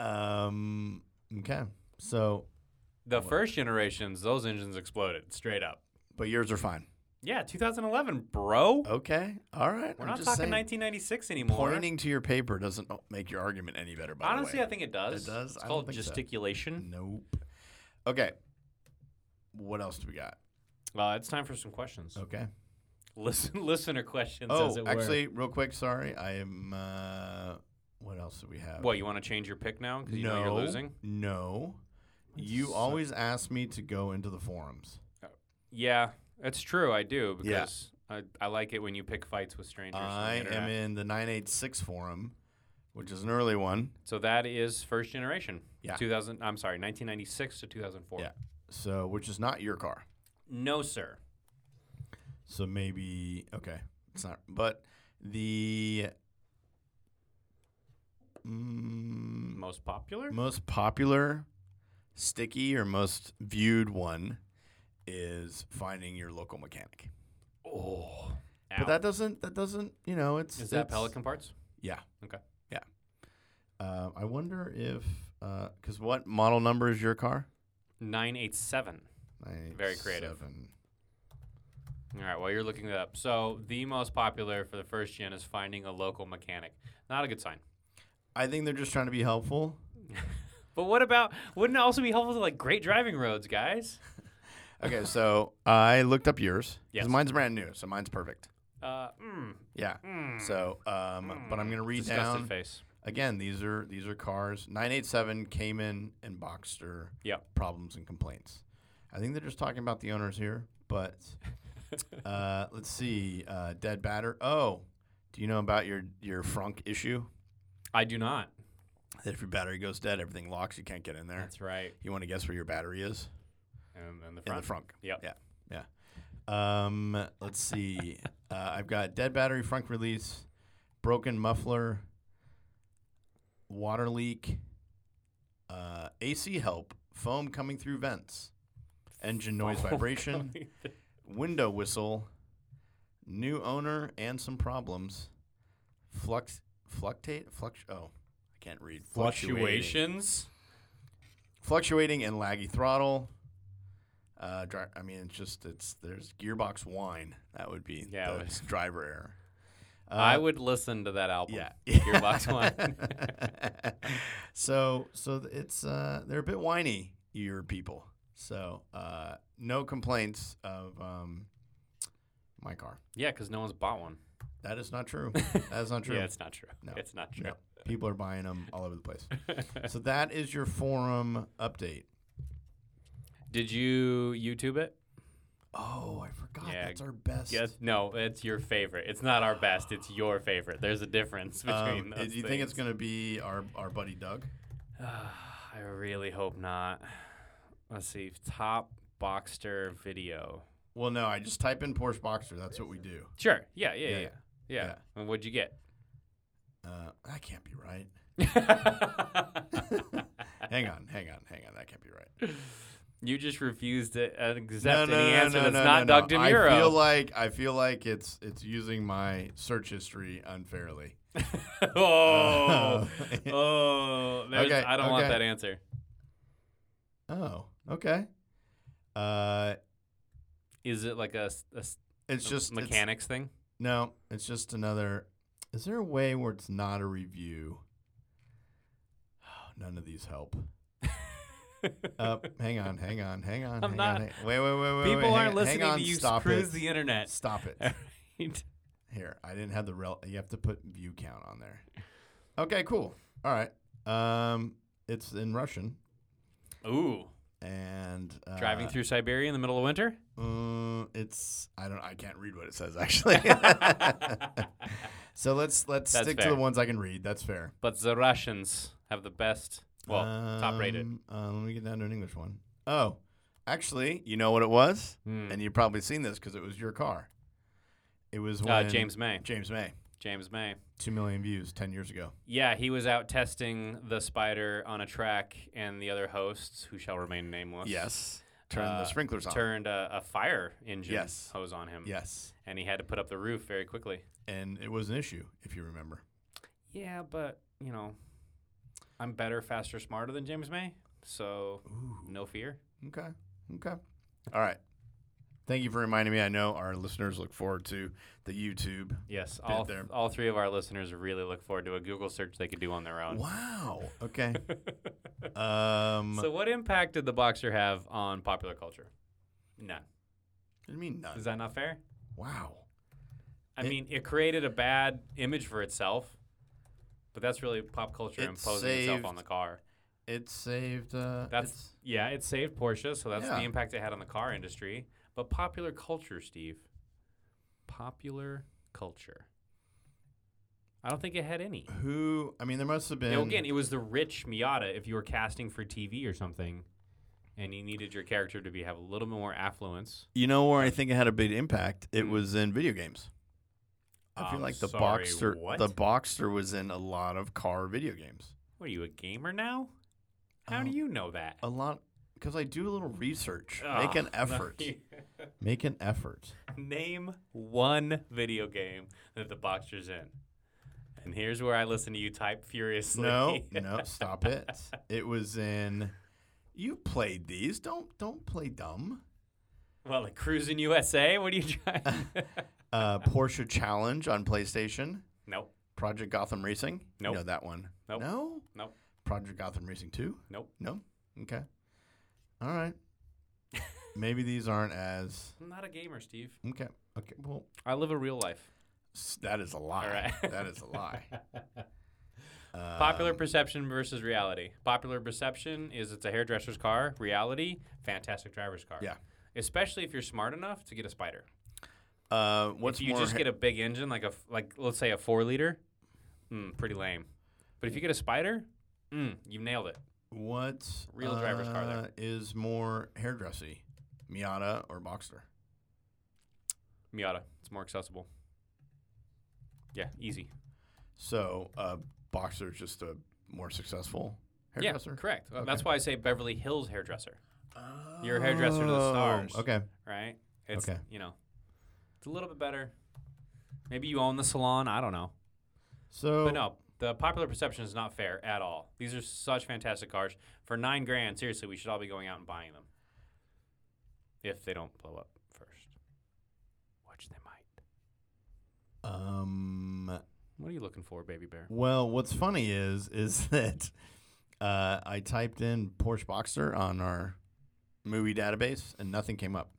Um. Okay. So,
The first generations, those engines exploded straight up.
but yours are fine.
Yeah, 2011, bro.
Okay. All right.
We're
I'm
not
just
talking
saying,
1996 anymore.
Pointing to your paper doesn't make your argument any better. By
Honestly,
the
I
way.
think it does.
It does?
It's
I don't
called
think so.
gesticulation.
Nope. Okay. What else do we got?
Uh, it's time for some questions.
Okay.
Listen, listener questions. as
Oh,
it were.
actually, real quick. Sorry, I am. Uh, what else do we have?
what you want to change your pick now because you know
No,
you're losing?
No. You
suck.
always ask me to go into the forums.
Yeah, that's true. I do
Yeah.
because I, I like it when you pick fights with strangers. on the
I am
internet.
in the 986 forum, which is an early one.
So that is first generation.
Yeah.
2000. I'm sorry, 1996 to 2004.
Yeah. So, which is not your car.
No, sir.
So maybe okay, it's not. But the mm,
Most popular.
most popular, sticky, or most viewed one is finding your local mechanic.
Oh.
But that doesn't. That doesn't. You know, it's
is that
it's-
Pelican parts?
Yeah.
Okay.
Yeah. Uh, I wonder if because what model number is your car?
987. Very creative.
987.
All right. Well, you're looking it up. So the most popular for the first gen is finding a local mechanic. Not a good sign.
I think they're just trying to be helpful.
But what about? Wouldn't it also be helpful to like great driving roads, guys?
Okay, so I looked up yours. 'cause
Yes.
Mine's brand new, so mine's perfect.
Uh,
hmm,
mm,
Yeah.
mm.
So, um, but I'm gonna read
disgusted
down
face.
again. These are these are cars. 987 Cayman and Boxster.
Yep.
Problems and complaints. I think they're just talking about the owners here, but uh, let's see. Uh, dead batter. Oh, do you know about your your frunk issue?
I do not.
That if your battery goes dead, everything locks. You can't get in there.
That's right.
You want to guess where your battery is?
And, and the
In
front.
the frunk.
Yep.
Yeah. Yeah. Um, let's see. uh, I've got dead battery, frunk release, broken muffler, water leak, uh, AC help, foam coming through vents, engine noise vibration, window whistle, new owner, and some problems. Flux, fluctate, flux. Oh, I can't read. Fluctuating
Fluctuations.
fluctuating and laggy throttle. Uh, dri- I mean, it's just it's there's gearbox whine. That would be
Yeah, it
the
was-
driver error.
I
Uh,
would listen to that album.
yeah.
Gearbox One.
so so th- it's uh, they're a bit whiny your people. So uh, no complaints of um, my car.
Yeah, because no one's bought one.
That is not true. That is not true.
Yeah, it's not true.
No.
It's not true.
No, people are buying them all over the place. so that is your forum update.
Did you YouTube it?
Oh, I forgot.
Yeah,
That's our best.
Yes. No, it's your favorite. It's not our best. It's your favorite. There's a difference between
Um,
those.
do you think it's
things.
going to be our, our buddy Doug?
I really hope not. Let's see. Top Boxster video.
Well, no. I just type in Porsche Boxer. That's what we do.
Sure. Yeah. Yeah. Yeah.
Yeah,
Yeah.
yeah.
And what'd you get?
Uh, that can't be right. hang on, hang on, hang on. That can't be right.
You just refused to accept
No, no,
any
no,
answer
no,
that's
no,
not
no, no.
Doug DeMuro.
I feel like I feel like it's it's using my search history unfairly.
oh, oh, there's-
Okay,
I don't want
okay.
that answer.
Oh, okay. Uh,
Is it like a, s- a s-
it's just it's-
mechanics thing?
no, it's just another. Is there a way where it's not a review? Oh, None of these help. Up, hang on, hang on, hang on.
I'm
hang
not-
On, hang- wait, wait, wait, wait.
People
wait, hang-
aren't
hang
listening
on,
to you
Stop
cruise
it.
the internet.
Stop it.
All right.
Here, I didn't have the rel. You have to put view count on there. Okay, cool. All right. Um, it's in Russian
Ooh,
and uh,
driving through Siberia in the middle of winter.
Uh, it's I don't I can't read what it says actually. so let's let's
That's
stick
fair.
to the ones I can read. That's fair.
But the Russians have the best, well, top rated.
Um, Uh, let me get down to an English one. Oh, actually, you know what it was,
Hmm.
and you've probably seen this because it was your car. It was when
Uh, James May.
James May,
James May.
two million views ten years ago.
Yeah, he was out testing the spider on a track, and the other hosts, who shall remain nameless,
Yes, turn
Uh,
the sprinklers on.
turned a, a fire engine
Yes.
hose on him.
Yes,
and he had to put up the roof very quickly.
and it was an issue if you remember.
Yeah, but you know, I'm better, faster, smarter than James May, so no fear.
Okay. Okay. All right. Thank you for reminding me. I know our listeners look forward to the YouTube.
Yes, all
there.
all three of our listeners really look forward to a Google search they could do on their own.
Wow. Okay. um,
So, what impact did the boxer have on popular culture? None.
I mean, none.
Is that not fair?
Wow.
I
It-
mean, it created a bad image for itself, but that's really pop culture
It
imposing itself on
saved-
the car.
It saved. Uh,
That's
it's-
yeah, it saved Porsche, so that's
Yeah.
the impact it had on the car industry. But popular culture, Steve. Popular culture. I don't think it had any.
who? I mean, there must have been.
now, again, it was the rich Miata if you were casting for TV or something, and you needed your character to be have a little bit more affluence.
you know where I think it had a big impact. It was in video games. I feel
Hmm. I'm
like the
sorry,
Boxster.
what?
The Boxster was in a lot of car video games.
What are you a gamer now? How do
Um,
you know that? Oh,
A lot because I do a little research.
Ugh,
Make an effort. Make an effort.
Name one video game that the Boxer's in. And here's where I listen to you type furiously.
No, no, stop it. It was in. You played these. Don't don't play dumb.
well, like Cruising USA? What are you trying?
Uh, Porsche Challenge on PlayStation.
nope.
Project Gotham Racing. You
Nope.
know that one.
Nope.
No.
Nope.
Project Gotham Racing 2?
Nope.
No? Okay. All right. Maybe these aren't as.
I'm not a gamer, Steve.
Okay. Okay. Well,
I live a real life.
s- that is a lie.
right.
That is a lie.
Popular
Um,
perception versus reality. Popular perception is it's a hairdresser's car. Reality, fantastic driver's car.
Yeah.
Especially if you're smart enough to get a spider.
Uh, what's
if you
more?
just
ha-
get a big engine, like a f- like let's say a four liter, mm, pretty lame. But
Hmm.
if you get a spider, mm, you nailed it.
what's
real driver's car there.
uh, Is more hairdressy, Miata or Boxster?
Miata. It's more accessible. Yeah, easy.
So, uh, Boxster is just a more successful
Yeah,
hairdresser.
correct. Uh,
Okay.
That's why I say Beverly Hills hairdresser, You're a
Oh,
hairdresser to the stars.
Okay.
right? It's
Okay.
you know, it's a little bit better. Maybe you own the salon. I don't know.
So
But no, the popular perception is not fair at all. These are such fantastic cars. For nine grand, seriously, we should all be going out and buying them. If they don't blow up first, which they might.
Um,
What are you looking for, baby bear?
well, what's funny is is that uh, I typed in Porsche Boxster on our movie database and nothing came up.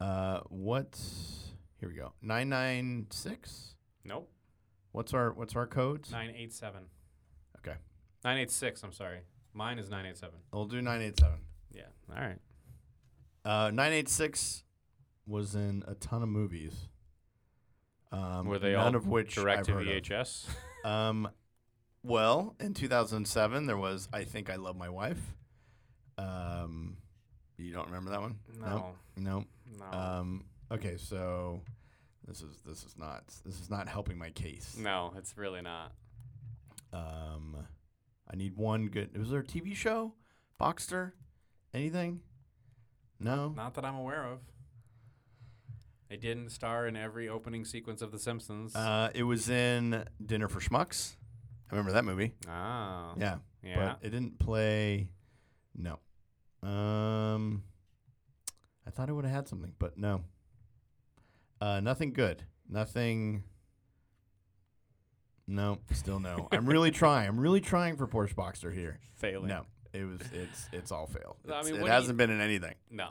Uh, what's here we go nine nine six.
Nope.
What's our what's our codes?
987.
Okay.
986, I'm sorry. Mine is 987.
We'll do nine eight seven.
Yeah. All right.
Uh, nine eight six was in a ton of movies. Um,
Were they
none
all
of which
Direct
I've
to
heard of.
VHS.
Um, well, in 2007, there was I Think I Love My Wife. Um, you don't remember that one?
no.
No.
No.
Um, okay, so this is this is not this is not helping my case.
no, it's really not.
Um, I need one good. Was there a TV show? Boxster? Anything? No.
Not that I'm aware of. They didn't star in every opening sequence of The Simpsons.
Uh, it was in Dinner for Schmucks. I remember that movie.
ah. Yeah.
Yeah. but it didn't play. No, um, I thought it would have had something, but no. Uh, nothing good. Nothing. No, still no. I'm really trying. I'm really trying for Porsche Boxster here.
Failing.
No, it was. It's it's all failed.
I
It's-
mean, what do
it
you-
hasn't been in anything.
No.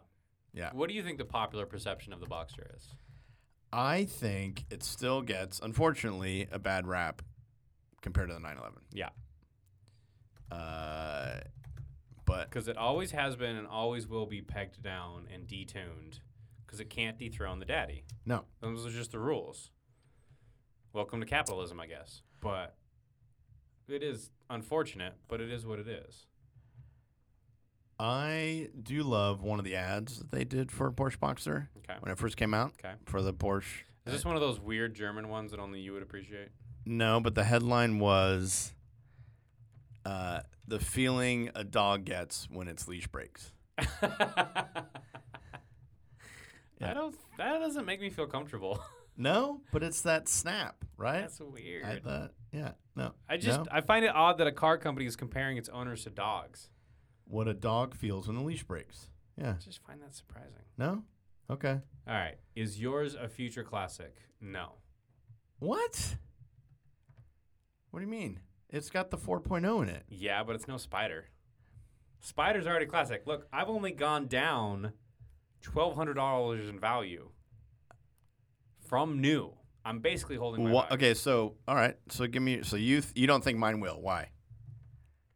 Yeah.
What do you think the popular perception of the Boxster is?
I think it still gets, unfortunately, a bad rap compared to the 911.
Yeah.
Uh, but
Because it always has been and always will be pegged down and detuned because it can't dethrone the daddy.
no,
Those are just the rules. Welcome to capitalism, I guess. But it is unfortunate, but it is what it is.
I do love one of the ads that they did for Porsche Boxer
Okay.
when it first came out
Okay.
for the Porsche.
Is this one of those weird German ones that only you would appreciate?
No, but the headline was uh, The Feeling a Dog Gets When Its Leash Breaks. Yeah.
I don't. That doesn't make me feel comfortable.
No, but it's that snap, right?
That's weird.
I thought, yeah, no.
I just
no.
I find it odd that a car company is comparing its owners to dogs.
What a dog feels when the leash breaks. Yeah,
I just find that surprising.
no? Okay.
All right, is yours a future classic? No.
What? What do you mean? It's got the 4.0 in it.
Yeah, but it's no spider. Spider's already classic. Look, I've only gone down twelve hundred dollars in value from new. I'm basically holding my
Wha-
value.
okay, so, all right. So give me, so you, th- you don't think mine will. Why?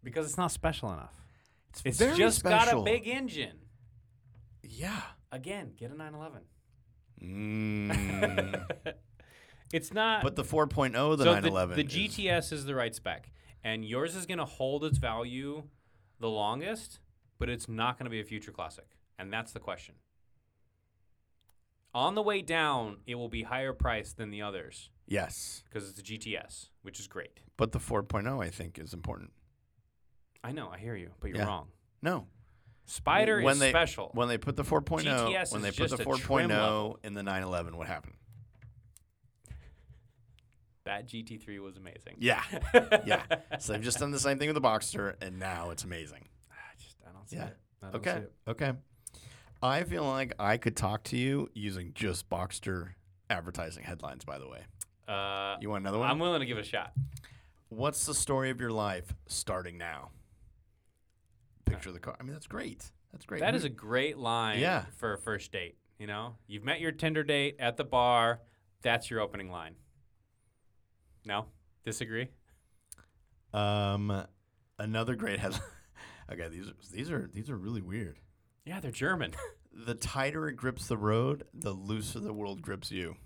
because it's not special enough. It's
very
just got a
special.
big engine.
Yeah.
Again, get a 911.
Mm.
It's not.
but the 4.0, the
so
911.
The,
is-
the GTS is the right spec, and yours is going to hold its value the longest, but it's not going to be a future classic, and that's the question. On the way down, it will be higher priced than the others
Yes.
because it's a GTS, which is great.
But the 4.0, I think, is important.
I know, I hear you, but you're
Yeah.
wrong.
No.
Spider
when
is
they,
special.
When they put the 4.0,
GTS
when
is
they put
just
the
a trim
4.0 in the 911, what happened?
that GT3 was amazing.
Yeah. yeah. So they've just done the same thing with the Boxster, and now it's amazing.
I just I don't see
Yeah.
it. I don't see
Okay.
it.
Okay. I feel like I could talk to you using just Boxster advertising headlines, by the way.
Uh,
You want another one?
I'm willing to give it a shot.
What's the story of your life starting now? picture of the car. I mean, that's great. That's great.
Uh, That is a great line
Yeah.
for a first date. You know, you've met your Tinder date at the bar. That's your opening line. No, disagree.
um, another great headline. okay, these are, these are these are really weird.
Yeah, they're German.
The tighter it grips the road, the looser the world grips you.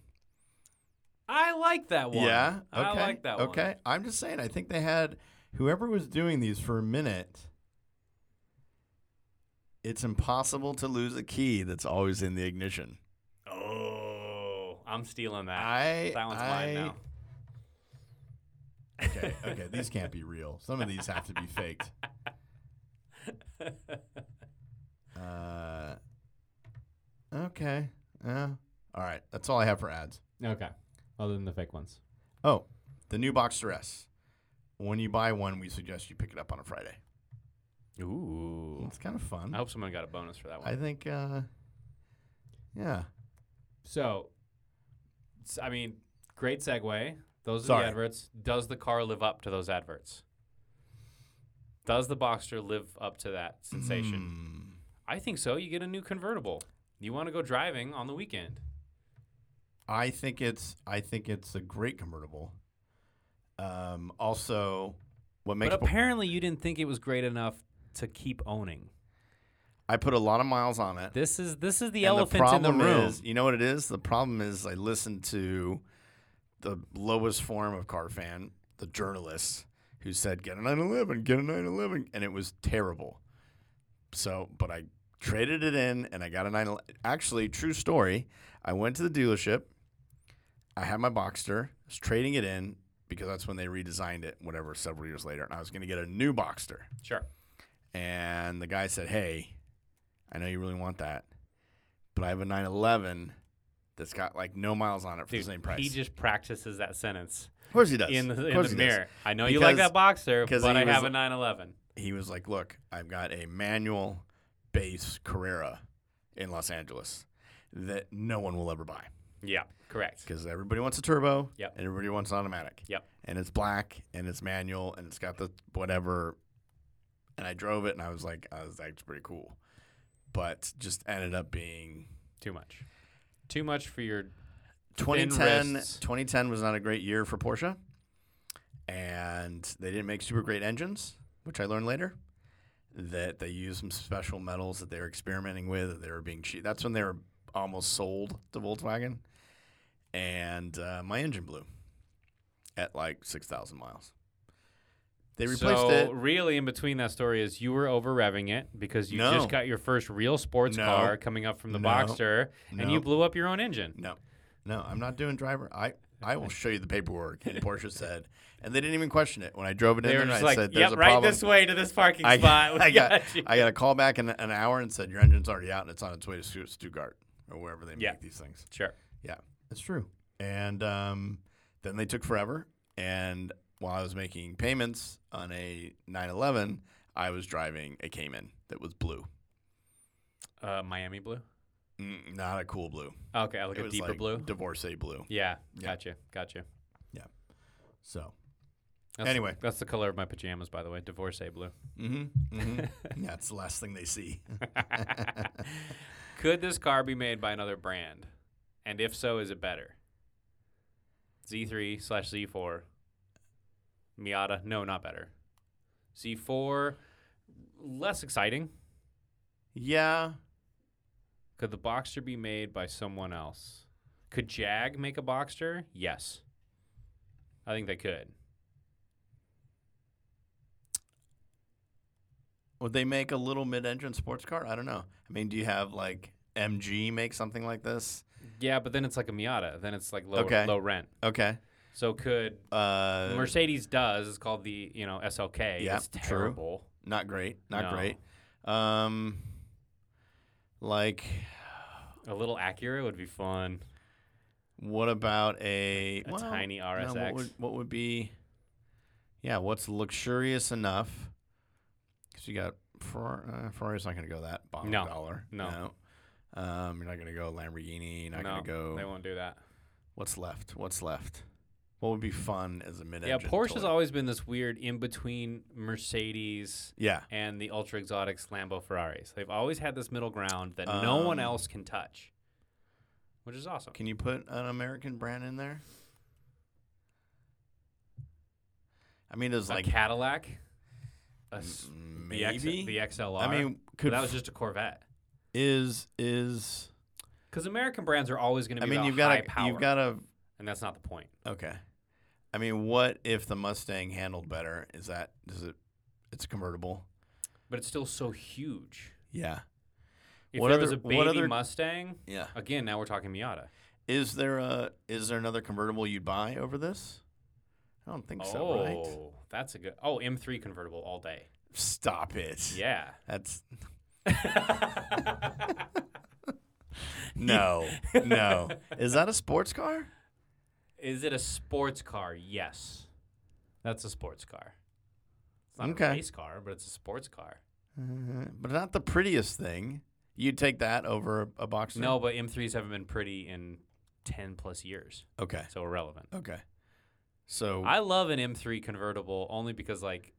I like that one.
Yeah. Okay.
I like that one.
Okay. I'm just saying. I think they had whoever was doing these for a minute. It's impossible to lose a key that's always in the ignition.
Oh, I'm stealing that.
I.
that one's
I,
mine now.
okay. Okay. These can't be real. Some of these have to be faked. Uh, okay. Yeah. All right. That's all I have for ads.
Okay. Other than the fake ones.
Oh, the new Boxster S. When you buy one, we suggest you pick it up on a Friday.
Ooh.
It's kind of fun.
I hope someone got a bonus for that one.
I think, uh, yeah.
so, s- I mean, great segue. Those are
Sorry.
the adverts. Does the car live up to those adverts? Does the Boxster live up to that sensation?
Hmm.
I think so. You get a new convertible. You want to go driving on the weekend.
I think it's I think it's a great convertible. Um, also, what makes
But
po-
apparently, you didn't think it was great enough to keep owning.
I put a lot of miles on it.
This is this is the
And
elephant in the
problem
room.
Is, you know what it is? The problem is I listen to the lowest form of car fan, the journalist, who said, get a 911, get a 911. And it was terrible. So, but I traded it in and I got a 911. Actually, true story. I went to the dealership. I had my Boxster. I was trading it in because that's when they redesigned it, whatever, several years later. And I was going to get a new Boxster.
sure.
And the guy said, Hey, I know you really want that, but I have a 911 that's got like no miles on it for
Dude,
the same price.
he just practices that sentence
of course he does.
in the,
Of
in
course
the
he does.
mirror. I know you like
Because-
that boxer,
'cause
but
he
I
was-
have a 911.
He was like, Look, I've got a manual base Carrera in Los Angeles that no one will ever buy
Yeah, correct.
because everybody wants a turbo
Yep.
and everybody wants an automatic.
Yep.
And it's black and it's manual and it's got the whatever. And I drove it and I was like, I was like, it's pretty cool. But just ended up being
Too much. Too much for your.
2010,
wrists.
2010 was not a great year for Porsche, and they didn't make super great engines, which I learned later. That they used some special metals that they were experimenting with. That they were being cheap. That's when they were almost sold to Volkswagen, and uh, my engine blew at like six thousand miles. They replaced
so
it.
really, in between that story is you were over revving it because you
No.
just got your first real sports
No.
car coming up from the
No.
Boxster, and you
No.
blew up your own engine.
No, no, I'm not doing driver. I I will show you the paperwork. And Porsche said, and they didn't even question it when I drove it in
They
there. and
were just
I
like,
said, "There's
"Yep,
a
right
problem."
this way to this parking
I,
spot." We
I got,
you.
I got a call back in an hour and said your engine's already out and it's on its way to Stu- Stuttgart or wherever they make
Yeah.
these things.
Sure.
Yeah, it's true. And um, then they took forever. And while I was making payments on a 911, I was driving a Cayman that was blue,
Uh, Miami blue. Oh,
Mm, not a cool blue,
Okay, I like
It
a
was
deeper
like
blue.
divorcee blue.
Yeah,
Yeah.
gotcha, gotcha.
So
That's
Anyway.
that's the color of my pajamas, by the way. Divorcee blue.
mm-hmm, mm-hmm. that's the last thing they see.
Could this car be made by another brand? And if so, is it better? Z3 slash Z4. Miata, no, not better. Z4, less exciting.
yeah,
Could the Boxster be made by someone else? Could Jag make a Boxster? Yes. I think they could.
Would they make a little mid-engine sports car? I don't know. I mean, do you have like MG make something like this?
Yeah, but then it's like a Miata. Then it's like low,
Okay.
low rent.
Okay.
So could
Uh,
Mercedes does. It's called the you know SLK.
Yeah,
it's
true.
terrible.
not great. Not
No.
great. Um, like,
A little Acura would be fun.
what about a,
A tiny
no,
RSX.
what, would, what would be? Yeah, what's luxurious enough? Because you got Ferrari, uh, Ferrari's not going to go that bottom
No.
dollar.
No.
No. Um, you're not going to go Lamborghini. You're not
no,
going to
they
go.
won't do that.
What's left? What's left? What would be fun as a mid
Yeah,
engine?
Porsche's always been this weird in between Mercedes
Yeah.
and the ultra exotics Lambo Ferraris. They've always had this middle ground that no one
Um,
else can touch, which is awesome.
Can you put an American brand in there? I mean, it's
a
like
Cadillac, a s-
m-
the, X,
maybe.
the XLR.
I mean,
But
could
that was
f-
just a Corvette.
is is.
Because American brands are always going to
I
be
mean,
about
you've
high
got to
power,
you've got to
and that's not the point.
okay. I mean, what if the Mustang handled better? Is that does it? It's convertible.
But it's still so huge.
Yeah.
If
What
there was
other-
a
what
baby
other-
Mustang,
Yeah.
again, now we're talking Miata.
Is there a is there another convertible you'd buy over this? I don't think
oh,
so. Right?
that's a good. Oh, M3 convertible all day.
Stop it.
Yeah.
That's no, no. Is that a sports car?
Is it a sports car? Yes. That's a sports car. It's not
Okay.
a race car, but it's a sports car.
Uh, but not the prettiest thing. You'd take that over a, a boxer.
No, but M3s haven't been pretty in 10 plus years,
Okay.
so irrelevant.
Okay. So
I love an M3 convertible only because like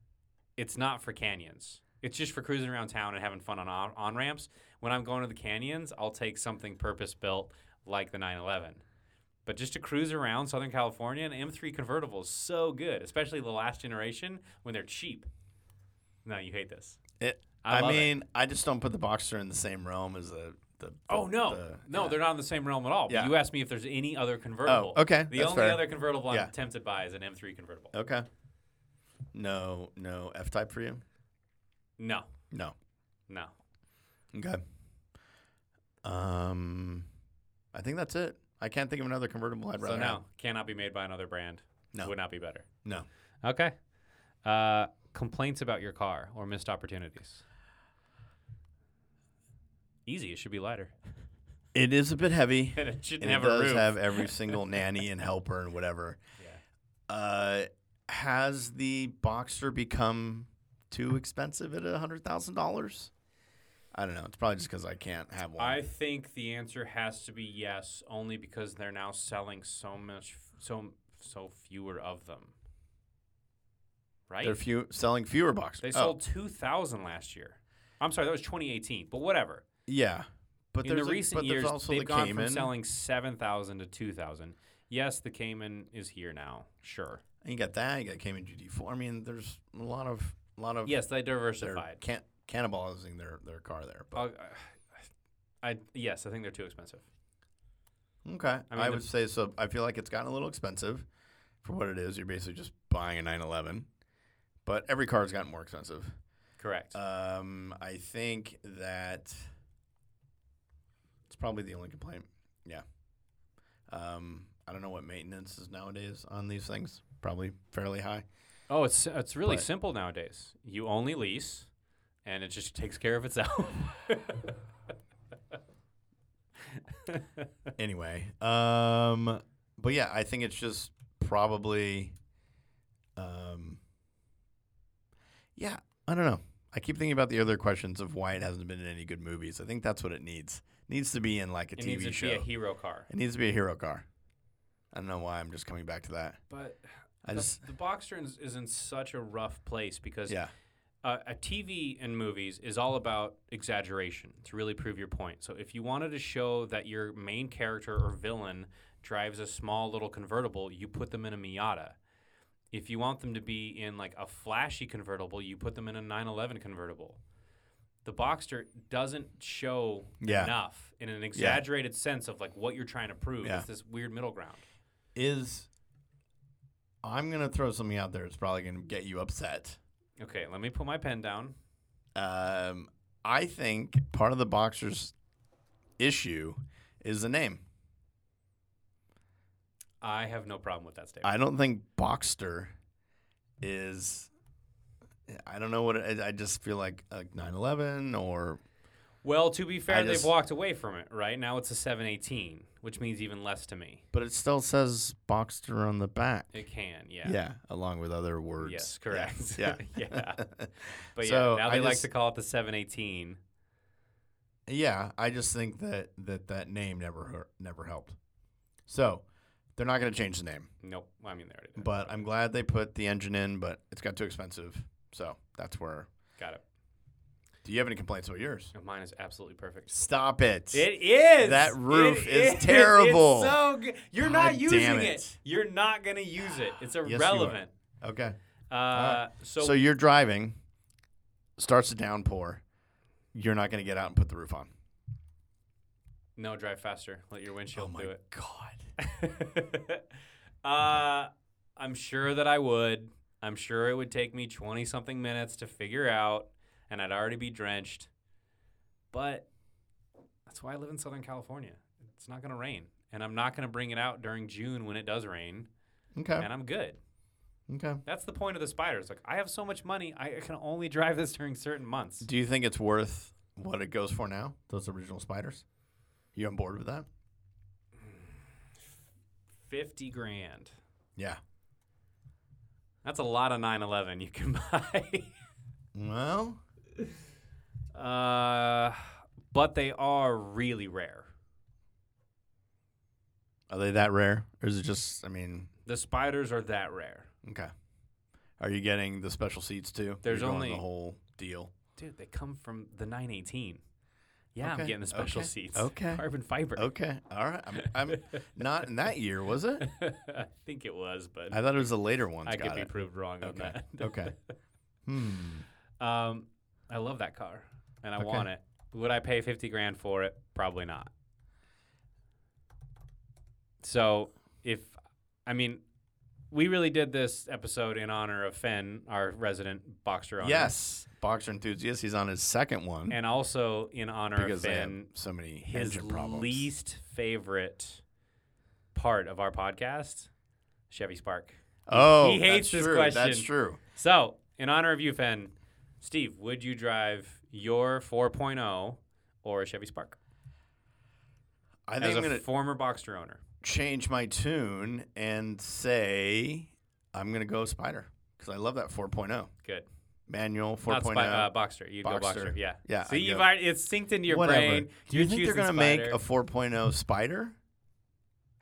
it's not for canyons. It's just for cruising around town and having fun on on ramps. When I'm going to the canyons, I'll take something purpose built like the 911. But just to cruise around Southern California, an M3 convertible is so good, especially the last generation when they're cheap. No, you hate this.
it,
I
eh, I,
love it.
mean, I just don't put the boxer in the same realm as the. the,
Oh
the-
no,
the-
no,
yeah.
they're not in the same realm at all.
Yeah. Oh,
But you asked me if there's any other convertible.
okay,
The
that's
only
fair.
other convertible I'm
Yeah.
tempted by is an M3 convertible.
Okay. No, no F type for you.
No,
No.
no.
Okay. Um, I think that's it. I can't think of another convertible I'd rather.
So no,
have.
cannot be made by another brand.
No.
would not be better.
No.
Okay. Uh, complaints about your car or missed opportunities. Easy. It should be lighter.
It is a bit heavy.
and it shouldn't
and
have
it does
a roof.
have every single nanny and helper and whatever.
yeah.
Uh, has the Boxster become too expensive at hundred thousand dollars? I don't know. It's probably just because I can't have one.
I think the answer has to be yes, only because they're now selling so much, so so fewer of them. Right?
They're few, selling fewer Boxsters.
they
Oh,
sold two thousand last year. I'm sorry, that was 2018, but whatever.
yeah, but
in the
there's a-
recent
but there's
years,
also
they've
the
gone
Cayman.
from selling seven thousand to two thousand. Yes, the Cayman is here now. Sure.
And you got that. You got Cayman GT4. I mean, there's a lot of a lot of
Yes, they
they're
diversified.
can, cannibalizing their their car there. But
Uh, I yes, I think they're too expensive.
okay, I,
mean, the-
would say so. I feel like it's gotten a little expensive for what it is. You're basically just buying a 911, but every car's gotten more expensive.
Correct.
Um, I think that it's probably the only complaint. Yeah. Um, I don't know what maintenance is nowadays on these things. Probably fairly high.
oh, it's it's really
but-
simple nowadays. You only lease, and it just takes care of itself.
Anyway, um, but yeah, I think it's just probably, um, yeah, I don't know. I keep thinking about the other questions of why it hasn't been in any good movies. I think that's what it needs. needs to be in like a
it
TV
needs to
show.
be a hero car.
it needs to be a hero car. I don't know why I'm just coming back to that.
But
I
the,
just
the Boxster is, is in such a rough place because
yeah.
uh, a TV and movies is all about exaggeration to really prove your point. So if you wanted to show that your main character or villain drives a small little convertible, you put them in a Miata. If you want them to be in like a flashy convertible, you put them in a 911 convertible. The Boxster doesn't show
Yeah.
enough in an exaggerated sense of like what you're trying to prove.
Yeah.
It's this weird middle ground.
Is I'm gonna throw something out there. It's probably gonna get you upset.
Okay, let me put my pen down.
Um, I think part of the boxer's issue is the name.
I have no problem with that statement.
I don't think Boxster is. I don't know what it, I just feel like like 911 or
Well, to be fair,
I
they've
just-
walked away from it, right? Now it's a 718, which means even less to me.
but it still says Boxster on the back.
It can, yeah.
yeah. along with other words.
Yes,
Yeah,
correct.
Yeah.
Yeah. But
So,
yeah, now
I
they like
just-
to call it the 718.
Yeah, I just think that that that name never hurt, never helped. So, They're not going to change the name,
Nope. Well, I mean, they already did.
but I'm glad they put the engine in, but it's got too expensive. So that's where.
Got it.
Do you have any complaints about yours?
No, Mine is absolutely perfect.
Stop it.
It is.
That roof
It
is
It's
terrible.
so good. You're
God
not
damn
using
it.
it. You're not gonna use it. It's
you are.
irrelevant.
okay.
uh, so,
So, you're driving, starts to downpour. You're not going to get out and put the roof on.
no, drive faster. Let your windshield do it.
Oh God.
uh, I'm sure that I would. I'm sure it would take me 20 something minutes to figure out, and I'd already be drenched. But that's why I live in Southern California. It's not going to rain, and I'm not going to bring it out during June when it does rain,
Okay.
and I'm good.
Okay.
That's the point of the spiders. Like, I have so much money, I I can only drive this during certain months.
Do you think it's worth what it goes for now? Those original spiders? You on board with that?
50 grand.
Yeah.
That's a lot of 911 you can buy.
Well,
Uh, but they are really rare.
are they that rare? Or is it just, I mean,
The spiders are that rare.
okay. Are you getting the special seats too?
There's
You're going
only-
the whole deal.
Dude, they come from the 918. Yeah,
Okay,
I'm getting the special
okay,
seats.
okay.
Carbon fiber.
Okay. All right. I'm, I'm not in that year, was it?
I think it was, but
I thought it was the later ones.
I could
got
be
it.
proved wrong
Okay.
on that.
Okay. Hmm.
Um, I love that car and I
Okay.
want it. Would I pay 50 grand for it? Probably not. So, if I mean, we really did this episode in honor of Finn, our resident boxer owner.
Yes. Boxer enthusiast. He's on his second one.
And also in honor
because
of
they have
Finn,
so many
his
engine problems.
least favorite part of our podcast, Chevy Spark.
oh,
he
that's
hates this
true. That's
question.
true.
So, in honor of you, Finn, Steve, would you drive your 4.0 or a Chevy Spark?
I
As
think I'm
a
going to
former Boxster owner.
change my tune and say I'm going to go Spider because I love that 4.0
Good.
manual
Not
4.0.
Spi- uh, Boxster. You'd go
oh. Boxster.
Boxster. Yeah.
Yeah,
See,
I'd
you've
go-
already, it's synced into your
Whatever.
brain.
Do you think they're
going to
gonna make a 4.0 Spider?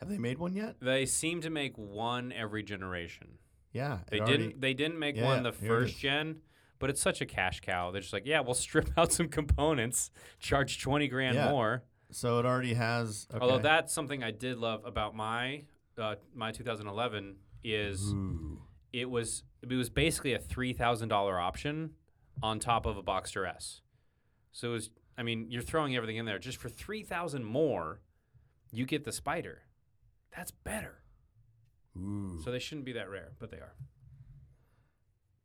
Have they made one yet?
They seem to make one every generation.
Yeah. it
They
already-
didn't. They didn't make
Yeah,
one the
here it
first
is.
gen, but it's such a cash cow. They're just like, yeah, we'll strip out some components, charge twenty grand
Yeah.
more.
So it already has. Okay.
Although that's something I did love about my uh, my 2011
Mm-hmm.
is
Ooh.
it was it was basically a three thousand dollar option on top of a Boxster S. So it was. I mean, you're throwing everything in there just for three thousand more. You get the Spider. That's better.
Ooh.
So they shouldn't be that rare, but they are.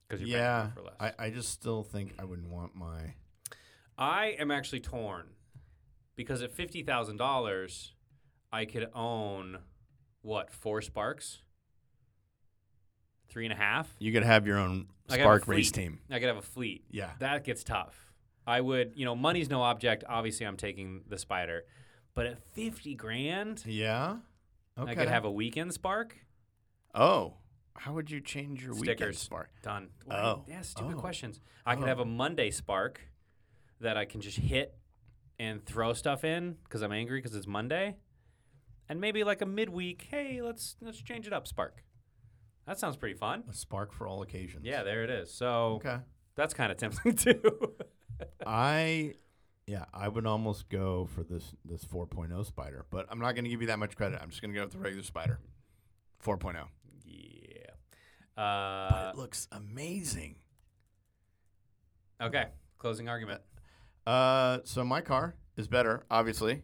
Because you're
yeah.
paying for less.
I, I just still think I wouldn't want my.
I am actually torn because at fifty thousand dollars, I could own what four sparks, three and a half.
You could have your own
I got a
Spark race
fleet.
team.
I could have a fleet.
Yeah.
That gets tough. I would, you know, money's no object. Obviously, I'm taking the spider, but at fifty grand,
Yeah. Okay.
I could have a weekend spark.
Oh, how would you change your weekend
Stickers.
spark?
Done. Why-
Oh.
Yeah, stupid
Oh.
questions. I
Oh.
could have a Monday spark that I can just hit and throw stuff in because I'm angry because it's Monday, and maybe like a midweek. Hey, let's let's change it up. Spark. That sounds pretty fun.
A spark for all occasions.
Yeah, there it is. So
Okay.
that's kind of tempting too.
I yeah, I would almost go for this this 4.0 spider, but I'm not going to give you that much credit. I'm just going to go with the regular spider. 4.0.
yeah.
but
Uh,
it looks amazing.
okay. Closing argument.
Uh so my car is better, obviously,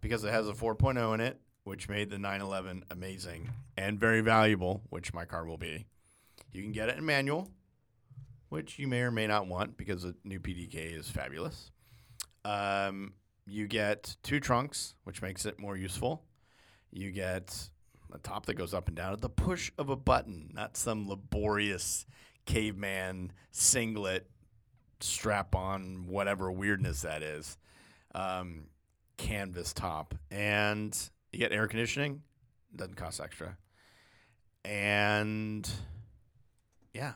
because it has a 4.0 in it, which made the 911 amazing and very valuable, which my car will be. You can get it in manual, which you may or may not want because the new PDK is fabulous. Um, you get two trunks, which makes it more useful. You get a top that goes up and down at the push of a button, not some laborious caveman singlet strap on, whatever weirdness that is. Um, canvas top. And you get air conditioning, doesn't cost extra. And yeah,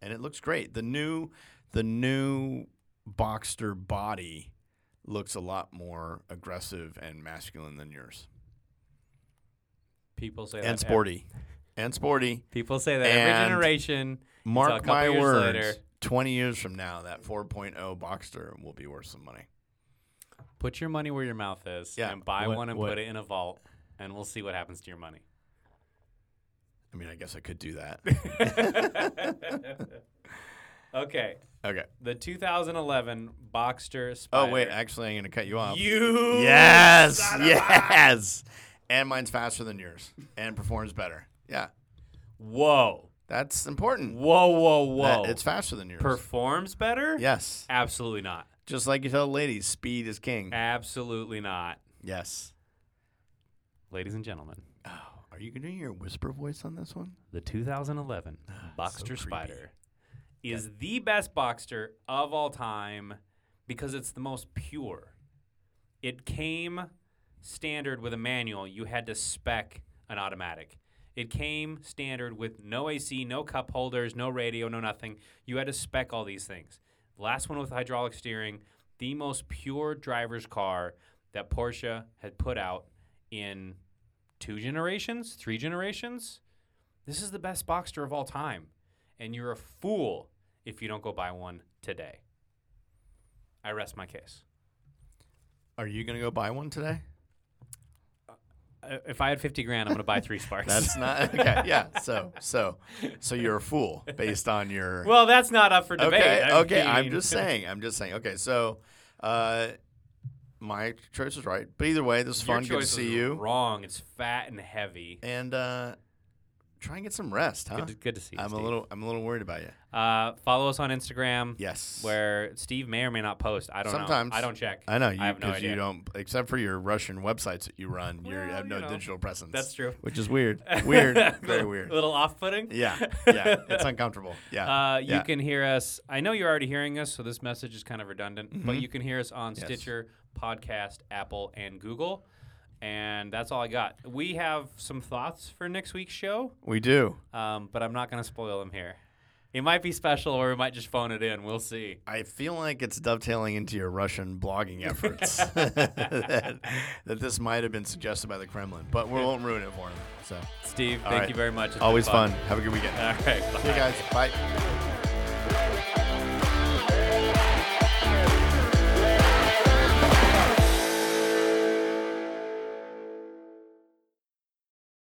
and it looks great. The new the new Boxster body looks a lot more aggressive and masculine than yours.
People say that.
and
ev-
sporty, and sporty.
People say that every
And-
generation.
Mark
couple
my
years
words.
later.
Twenty years from now, that 4.0 Boxster will be worth some money.
Put your money where your mouth is
Yeah,
and buy
what-
one and
what-
put it in a vault, and we'll see what happens to your money.
I mean, I guess I could do that.
Okay.
okay.
The 2011 Boxster Spider.
Oh wait, actually, I'm gonna cut you off.
You.
yes, yes. And mine's faster than yours, and performs better. Yeah,
Whoa.
that's important.
Whoa, whoa,
that
whoa.
it's faster than yours.
Performs better?
Yes.
Absolutely not.
Just like you tell ladies, speed is king.
Absolutely not.
Yes.
Ladies and gentlemen,
Oh, are you doing your whisper voice on this one?
the 2011 Boxster
creepy.
Spider is the best Boxster of all time because it's the most pure. It came standard with a manual. You had to spec an automatic. It came standard with no AC, no cup holders, no radio, no nothing. You had to spec all these things. Last one with hydraulic steering, the most pure driver's car that Porsche had put out in two generations, three generations. This is the best Boxster of all time, and you're a fool if you don't go buy one today. I rest my case.
Are you gonna go buy one today?
Uh, If I had 50 grand, I'm going to buy three Sparks.
That's not okay. Yeah. So so so you're a fool based on your.
well, that's not up for debate.
okay.
I
okay. I'm
mean-
just saying. I'm just saying. Okay. So, uh, my choice is right. But either way, this is
Your
fun. Good to
choice
see
is
you.
Wrong. It's fat and heavy.
And uh, try and get some rest, huh?
Good, to, good to see you.
I'm a
Steve.
little. I'm a little worried about you.
Uh, follow us on Instagram.
Yes.
Where Steve may or may not post. I don't
Sometimes.
know. I don't check.
I know you
I have no
because you
idea.
don't, except for your Russian websites that you run, you
Well,
have no
you know.
digital presence.
That's true.
Which is weird. Weird. Very
Little-
weird.
little off putting.
Yeah. Yeah. It's uncomfortable. Yeah.
Uh, you
yeah.
can hear us. I know you're already hearing us, so this message is kind of redundant, but
Mhm.
you can hear us on
Yes.
Stitcher, Podcast, Apple, and Google. And that's all I got. We have some thoughts for next week's show,
We do.
um, but I'm not going to spoil them here. It might be special, or we might just phone it in. We'll see.
I feel like it's dovetailing into your Russian blogging efforts that, that this might have been suggested by the Kremlin, but we won't ruin it for them. So
Steve,
All
thank
right.
you very much. It's been
always fun. Have a good weekend.
All right.
See you guys. Bye.